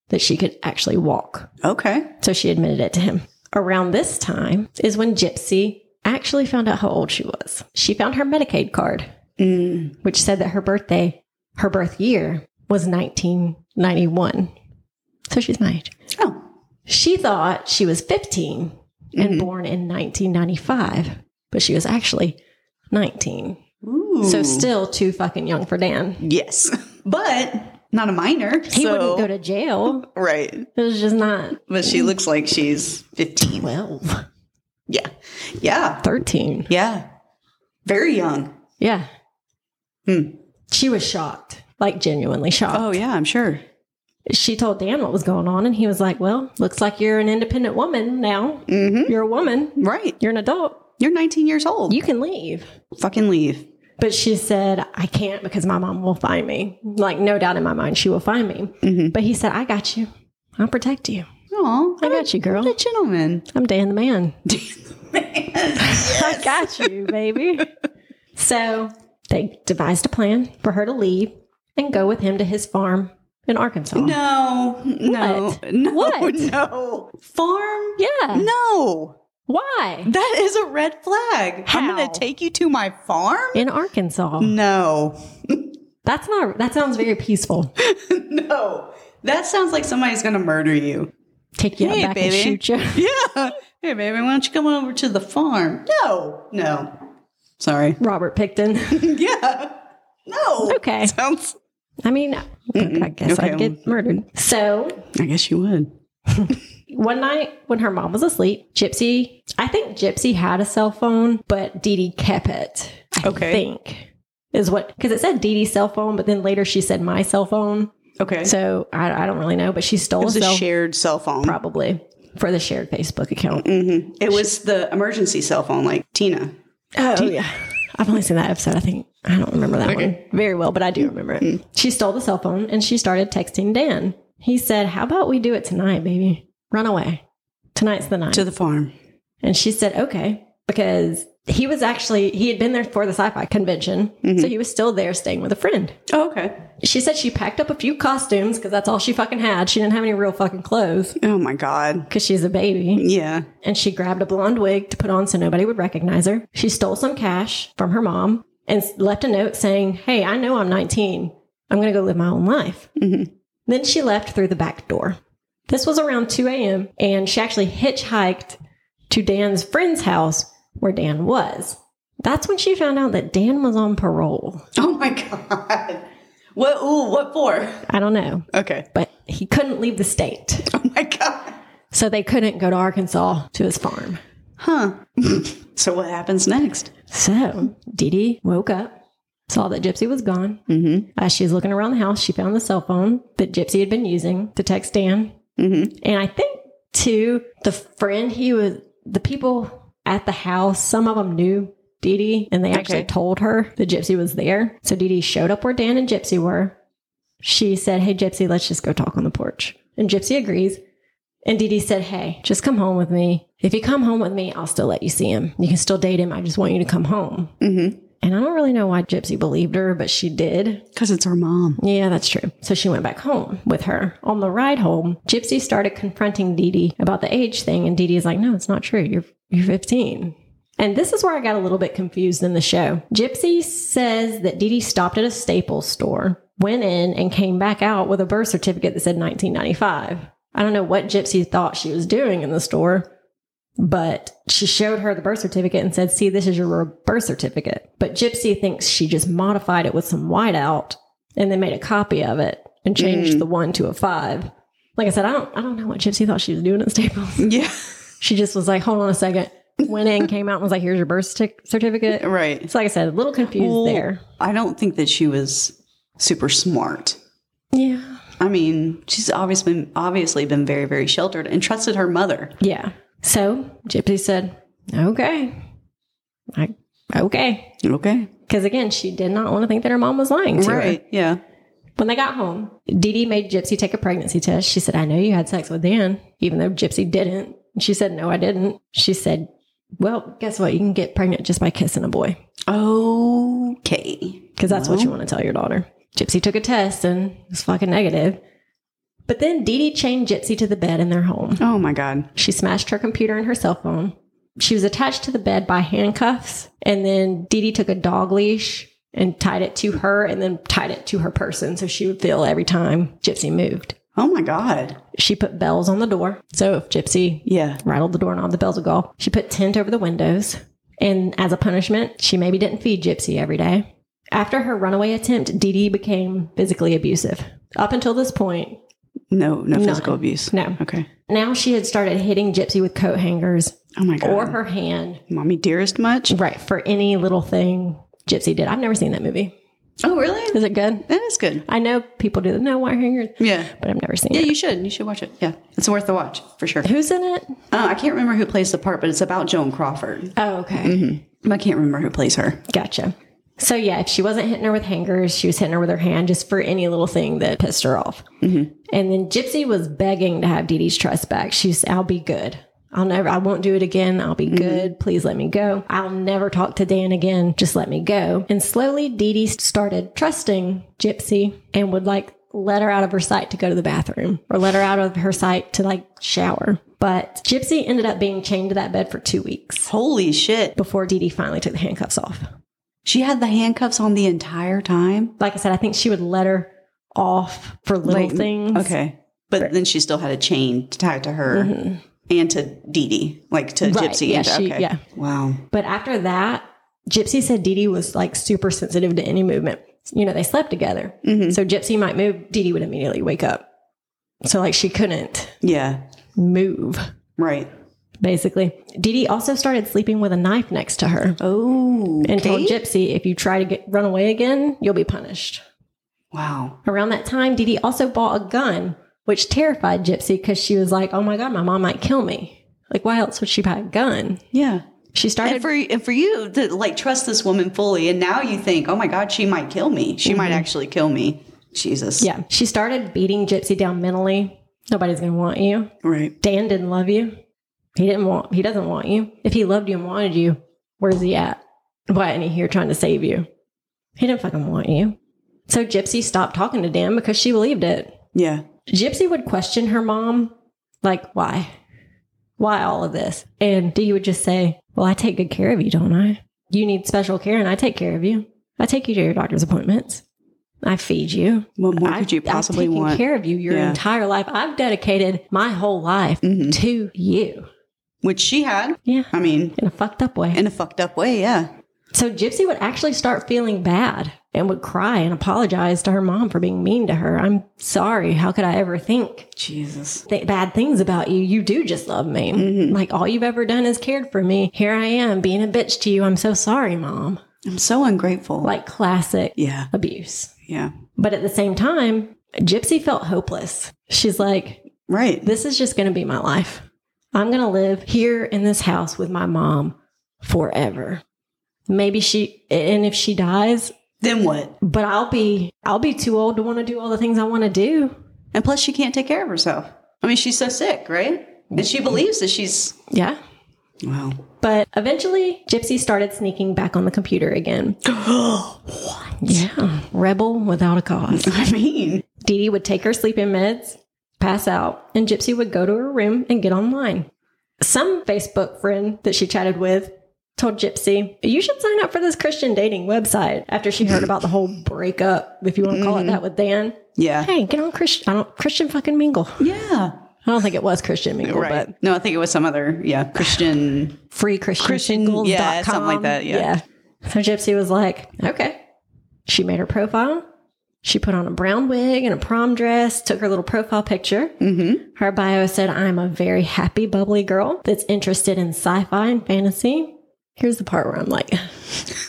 [SPEAKER 1] that she could actually walk.
[SPEAKER 2] Okay.
[SPEAKER 1] So she admitted it to him. Around this time is when Gypsy actually found out how old she was. She found her Medicaid card,
[SPEAKER 2] Mm.
[SPEAKER 1] which said that her birthday, her birth year was 1991. So she's my age.
[SPEAKER 2] Oh.
[SPEAKER 1] She thought she was 15
[SPEAKER 2] Mm-hmm.
[SPEAKER 1] and born in 1995, but she was actually 19.
[SPEAKER 2] Ooh.
[SPEAKER 1] So still too fucking young for Dan.
[SPEAKER 2] yes, but not a minor.
[SPEAKER 1] He
[SPEAKER 2] so,
[SPEAKER 1] wouldn't go to jail.
[SPEAKER 2] right.
[SPEAKER 1] It was just not
[SPEAKER 2] But she looks like she's fifteen.
[SPEAKER 1] 12,
[SPEAKER 2] Yeah. Yeah.
[SPEAKER 1] 13.
[SPEAKER 2] Yeah. Very young.
[SPEAKER 1] Yeah.
[SPEAKER 2] Hmm.
[SPEAKER 1] She was shocked, like genuinely shocked.
[SPEAKER 2] Oh yeah, I'm sure.
[SPEAKER 1] She told Dan what was going on, and he was like, Well, looks like you're an independent woman now. Mm-hmm. You're a woman,
[SPEAKER 2] Right.
[SPEAKER 1] you're an adult,
[SPEAKER 2] You're 19 years old.
[SPEAKER 1] you can leave.
[SPEAKER 2] fucking leave.
[SPEAKER 1] But she said, I can't because my mom will find me. Like, no doubt in my mind, she will find me.
[SPEAKER 2] Mm-hmm.
[SPEAKER 1] But he said, I got you. I'll protect you.
[SPEAKER 2] Oh,
[SPEAKER 1] I got you, girl.
[SPEAKER 2] a gentleman.
[SPEAKER 1] I'm Dan the man. I got you, baby. So they devised a plan for her to leave and go with him to his farm in Arkansas.
[SPEAKER 2] No, no,
[SPEAKER 1] What?
[SPEAKER 2] no,
[SPEAKER 1] What?
[SPEAKER 2] no. Farm?
[SPEAKER 1] Yeah.
[SPEAKER 2] No,
[SPEAKER 1] Why?
[SPEAKER 2] that is a red flag. I'm
[SPEAKER 1] How?
[SPEAKER 2] gonna take you to my farm.
[SPEAKER 1] In Arkansas.
[SPEAKER 2] No,
[SPEAKER 1] That's not that sounds very peaceful.
[SPEAKER 2] no, that sounds like somebody's gonna murder you.
[SPEAKER 1] Take you out
[SPEAKER 2] Hey,
[SPEAKER 1] back
[SPEAKER 2] baby.
[SPEAKER 1] and shoot you.
[SPEAKER 2] Yeah. Hey, baby, why don't you come over to the farm? No, no. Sorry.
[SPEAKER 1] Robert Picton.
[SPEAKER 2] Yeah. No.
[SPEAKER 1] Okay.
[SPEAKER 2] Sounds.
[SPEAKER 1] I mean I guess I'd
[SPEAKER 2] Okay.
[SPEAKER 1] get murdered. So
[SPEAKER 2] I guess you would.
[SPEAKER 1] one night when her mom was asleep, Gypsy I think Gypsy had a cell phone, but Dee Dee kept it. I
[SPEAKER 2] Okay.
[SPEAKER 1] think. Is what because it said Dee Dee's cell phone, but then later she said my cell phone.
[SPEAKER 2] Okay. So
[SPEAKER 1] So I, I don't really know, but she stole
[SPEAKER 2] it was
[SPEAKER 1] a
[SPEAKER 2] a
[SPEAKER 1] cell
[SPEAKER 2] shared cell phone.
[SPEAKER 1] probably for the shared Facebook account.
[SPEAKER 2] It was the emergency cell phone, like Tina.
[SPEAKER 1] Oh yeah. I've only seen that episode. I think I don't remember that one very well, but I do remember it. She stole the cell phone and she started texting Dan. He said, How about we do it tonight, baby? Run away. Tonight's the night.
[SPEAKER 2] To the farm.
[SPEAKER 1] and she said, Okay. Because he was actually he had been there for the sci-fi convention. So he was still there staying with a friend.
[SPEAKER 2] Oh, okay.
[SPEAKER 1] She said she packed up a few costumes because that's all she fucking had. She didn't have any real fucking clothes
[SPEAKER 2] Oh my God.
[SPEAKER 1] because she's a baby.
[SPEAKER 2] Yeah.
[SPEAKER 1] and she grabbed a blonde wig to put on so nobody would recognize her. She stole some cash from her mom and s- left a note saying, Hey, I know I'm 19. I'm going to go live my own life. Then she left through the back door. This was around 2 a.m., and she actually hitchhiked to Dan's friend's house where Dan was. That's when she found out that Dan was on parole.
[SPEAKER 2] Oh my God. What? Ooh, what for?
[SPEAKER 1] I don't know,
[SPEAKER 2] Okay.
[SPEAKER 1] but he couldn't leave the state.
[SPEAKER 2] Oh my God.
[SPEAKER 1] So they couldn't go to Arkansas to his farm.
[SPEAKER 2] Huh. so what happens next?
[SPEAKER 1] So Dee Dee woke up, saw that Gypsy was gone. Mm-hmm. As she's looking around the house, she found the cell phone that Gypsy had been using to text Dan. Mm-hmm. And I think Two, the friend he was, the people at the house, some of them knew Dee Dee and they actually
[SPEAKER 2] Okay.
[SPEAKER 1] told her the gypsy was there. So Dee Dee showed up where Dan and Gypsy were. She said, Hey, Gypsy, let's just go talk on the porch. And Gypsy agrees. And Dee Dee said, Hey, just come home with me. If you come home with me, I'll still let you see him. You can still date him. I just want you to come home.
[SPEAKER 2] Mm-hmm.
[SPEAKER 1] And I don't really know why Gypsy believed her, but she did.
[SPEAKER 2] Because it's her mom.
[SPEAKER 1] Yeah, that's true. So she went back home with her. On the ride home, Gypsy started confronting Dee Dee about the age thing, and Dee Dee's like, "No, it's not true. You're you're 15." And this is where I got a little bit confused in the show. Gypsy says that Dee Dee stopped at a Staples store, went in, and came back out with a birth certificate that said 1995. I don't know what Gypsy thought she was doing in the store, but she showed her the birth certificate and said, See, this is your birth certificate. But Gypsy thinks she just modified it with some whiteout and then made a copy of it and changed the one to a five. Like I said, I don't I don't know what Gypsy thought she was doing at Staples.
[SPEAKER 2] Yeah.
[SPEAKER 1] She just was like, Hold on a second. Went in, came out and was like, Here's your birth certi- certificate.
[SPEAKER 2] Right.
[SPEAKER 1] So like I said, a little confused
[SPEAKER 2] Well,
[SPEAKER 1] there.
[SPEAKER 2] I don't think that she was super smart.
[SPEAKER 1] Yeah.
[SPEAKER 2] I mean, she's obviously been, obviously been very, very sheltered and trusted her mother.
[SPEAKER 1] Yeah. So Gypsy said, Okay. I okay.
[SPEAKER 2] Okay.
[SPEAKER 1] Because again, she did not want to think that her mom was lying to her.
[SPEAKER 2] Right. Yeah.
[SPEAKER 1] When they got home, Dee Dee made Gypsy take a pregnancy test. She said, I know you had sex with Dan, even though Gypsy didn't. And she said, No, I didn't. She said, Well, guess what? You can get pregnant just by kissing a boy
[SPEAKER 2] Okay.
[SPEAKER 1] because that's what you want to tell your daughter. Gypsy took a test and it was fucking negative. But then Dee Dee chained Gypsy to the bed in their home.
[SPEAKER 2] Oh my God.
[SPEAKER 1] She smashed her computer and her cell phone. She was attached to the bed by handcuffs. And then Dee Dee took a dog leash and tied it to her and then tied it to her person so she would feel every time Gypsy moved.
[SPEAKER 2] Oh my God.
[SPEAKER 1] She put bells on the door. So if Gypsy
[SPEAKER 2] Yeah.
[SPEAKER 1] rattled the doorknob, the bells would go. off. She put tint over the windows. And as a punishment, she maybe didn't feed Gypsy every day. After her runaway attempt, Dee Dee became physically abusive. Up until this point,
[SPEAKER 2] No, no physical abuse.
[SPEAKER 1] no.
[SPEAKER 2] Okay.
[SPEAKER 1] Now she had started hitting Gypsy with coat hangers
[SPEAKER 2] Oh my God.
[SPEAKER 1] or her hand,
[SPEAKER 2] Mommy dearest much?
[SPEAKER 1] right, for any little thing Gypsy did. I've never seen that movie.
[SPEAKER 2] Oh, really?
[SPEAKER 1] Is it good?
[SPEAKER 2] That is good.
[SPEAKER 1] I know people do the no wire hangers,
[SPEAKER 2] Yeah.
[SPEAKER 1] but I've never seen
[SPEAKER 2] Yeah,
[SPEAKER 1] it.
[SPEAKER 2] you should. You should watch it. Yeah. It's worth the watch for sure.
[SPEAKER 1] Who's in it?
[SPEAKER 2] Uh, I can't remember who plays the part, but it's about Joan Crawford.
[SPEAKER 1] Oh, okay.
[SPEAKER 2] But I can't remember who plays her.
[SPEAKER 1] Gotcha. So yeah, if she wasn't hitting her with hangers, she was hitting her with her hand just for any little thing that pissed her off. And then Gypsy was begging to have Dee Dee's trust back. She's, I'll be good. I'll never, I won't do it again. I'll be good. Please let me go. I'll never talk to Dan again. Just let me go. And slowly Dee Dee started trusting Gypsy and would like let her out of her sight to go to the bathroom or let her out of her sight to like shower. But Gypsy ended up being chained to that bed for two weeks
[SPEAKER 2] Holy shit.
[SPEAKER 1] before Dee Dee finally took the handcuffs off.
[SPEAKER 2] She had the handcuffs on the entire time.
[SPEAKER 1] like I said, I think she would let her off for little
[SPEAKER 2] Like,
[SPEAKER 1] things.
[SPEAKER 2] Okay. But then she still had a chain tied to her and to Dee Dee, like to
[SPEAKER 1] Right,
[SPEAKER 2] Gypsy.
[SPEAKER 1] yeah,
[SPEAKER 2] and to,
[SPEAKER 1] she-
[SPEAKER 2] okay.
[SPEAKER 1] yeah.
[SPEAKER 2] Wow.
[SPEAKER 1] But after that, Gypsy said Dee Dee was like super sensitive to any movement. You know, they slept together.
[SPEAKER 2] Mm-hmm.
[SPEAKER 1] So Gypsy might move, Dee Dee would immediately wake up. So like she couldn't
[SPEAKER 2] Yeah.
[SPEAKER 1] move,
[SPEAKER 2] Right.
[SPEAKER 1] basically. Dee Dee also started sleeping with a knife next to her
[SPEAKER 2] Oh.
[SPEAKER 1] and told
[SPEAKER 2] okay.
[SPEAKER 1] Gypsy, if you try to get run away again, you'll be punished.
[SPEAKER 2] Wow.
[SPEAKER 1] Around that time, Dee Dee also bought a gun, which terrified Gypsy because she was like, oh my God, my mom might kill me. Like, why else would she buy a gun?
[SPEAKER 2] Yeah.
[SPEAKER 1] She started
[SPEAKER 2] And for and for you to like trust this woman fully, and now you think, oh my God, she might kill me. She might actually kill me. Jesus.
[SPEAKER 1] Mm-hmm. Yeah. She started beating Gypsy down mentally. Nobody's going to want you.
[SPEAKER 2] Right.
[SPEAKER 1] Dan didn't love you. He didn't want, he doesn't want you. If he loved you and wanted you, where's he at? Why isn't he here trying to save you? He didn't fucking want you. So Gypsy stopped talking to Dan because she believed it.
[SPEAKER 2] Yeah.
[SPEAKER 1] Gypsy would question her mom, like, why? Why all of this? And Dee would just say, Well, I take good care of you, don't I? You need special care and I take care of you. I take you to your doctor's appointments. I feed you.
[SPEAKER 2] What more
[SPEAKER 1] I-
[SPEAKER 2] could you
[SPEAKER 1] I've
[SPEAKER 2] possibly
[SPEAKER 1] taken
[SPEAKER 2] want?
[SPEAKER 1] care of you your
[SPEAKER 2] Yeah. Mm-hmm.
[SPEAKER 1] entire life. I've dedicated my whole life to you.
[SPEAKER 2] Which she had.
[SPEAKER 1] Yeah.
[SPEAKER 2] I mean,
[SPEAKER 1] In a fucked up way.
[SPEAKER 2] in a fucked up way, yeah.
[SPEAKER 1] so Gypsy would actually start feeling bad and would cry and apologize to her mom for being mean to her. I'm sorry. How could I ever think
[SPEAKER 2] Jesus.
[SPEAKER 1] th- bad things about you? You do just love me.
[SPEAKER 2] Mm-hmm.
[SPEAKER 1] Like all you've ever done is cared for me. Here I am being a bitch to you. I'm so sorry, mom.
[SPEAKER 2] I'm so ungrateful.
[SPEAKER 1] Like classic
[SPEAKER 2] yeah,
[SPEAKER 1] abuse.
[SPEAKER 2] yeah.
[SPEAKER 1] But at the same time, Gypsy felt hopeless. She's like,
[SPEAKER 2] Right.
[SPEAKER 1] this is just going to be my life. I'm going to live here in this house with my mom forever. Maybe she, and if she dies,
[SPEAKER 2] Then what?
[SPEAKER 1] but I'll be, I'll be too old to want to do all the things I want to do.
[SPEAKER 2] And plus, she can't take care of herself. I mean, she's so sick, right? And she believes that she's.
[SPEAKER 1] Yeah.
[SPEAKER 2] Wow.
[SPEAKER 1] But eventually, Gypsy started sneaking back on the computer again. Yeah. Rebel without a cause.
[SPEAKER 2] I mean,
[SPEAKER 1] Dee Dee would take her sleeping meds, pass out, and Gypsy would go to her room and get online. Some Facebook friend that she chatted with told Gypsy, You should sign up for this Christian dating website after she heard about the whole breakup, if you want to call it that, with Dan.
[SPEAKER 2] yeah.
[SPEAKER 1] Hey, get on Christian. I don't Christian fucking mingle.
[SPEAKER 2] Yeah.
[SPEAKER 1] I don't think it was Christian mingle,
[SPEAKER 2] Right.
[SPEAKER 1] but
[SPEAKER 2] No, I think it was some other, yeah, Christian.
[SPEAKER 1] free Christian,
[SPEAKER 2] Christian,
[SPEAKER 1] Singles
[SPEAKER 2] yeah,
[SPEAKER 1] dot com.
[SPEAKER 2] something like that, yeah.
[SPEAKER 1] So Gypsy was like, okay. She made her profile. She put on a brown wig and a prom dress, took her little profile picture. Mm-hmm. Her bio said, I'm a very happy, bubbly girl that's interested in sci fi and fantasy. Here's the part where I'm like,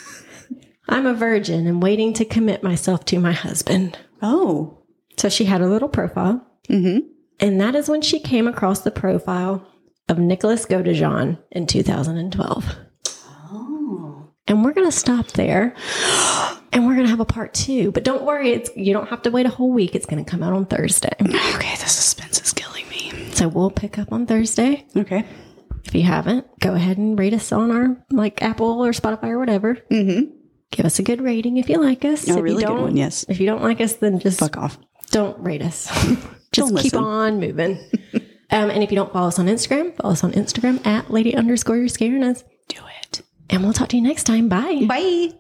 [SPEAKER 1] I'm a virgin and waiting to commit myself to my husband.
[SPEAKER 2] Oh.
[SPEAKER 1] So she had a little profile.
[SPEAKER 2] Mm-hmm.
[SPEAKER 1] And that is when she came across the profile of Nicholas Godijan in 2012.
[SPEAKER 2] Oh.
[SPEAKER 1] And we're going to stop there. And we're going to have a part 2. But don't worry, it's you don't have to wait a whole week. It's going to come out on Thursday.
[SPEAKER 2] Okay, the suspense is killing me.
[SPEAKER 1] So we'll pick up on Thursday.
[SPEAKER 2] Okay.
[SPEAKER 1] If you haven't, go ahead and rate us on our like Apple or Spotify or whatever.
[SPEAKER 2] Mm-hmm.
[SPEAKER 1] Give us a good rating if you like us. if
[SPEAKER 2] A
[SPEAKER 1] you
[SPEAKER 2] really
[SPEAKER 1] don't,
[SPEAKER 2] good one, yes.
[SPEAKER 1] If you don't like us, then just
[SPEAKER 2] Fuck off.
[SPEAKER 1] don't rate us. just
[SPEAKER 2] Don't
[SPEAKER 1] keep
[SPEAKER 2] listen.
[SPEAKER 1] on moving. um, and if you don't follow us on Instagram, follow us on Instagram at lady underscore you're scaring us.
[SPEAKER 2] Do it.
[SPEAKER 1] And we'll talk to you next time. Bye.
[SPEAKER 2] Bye.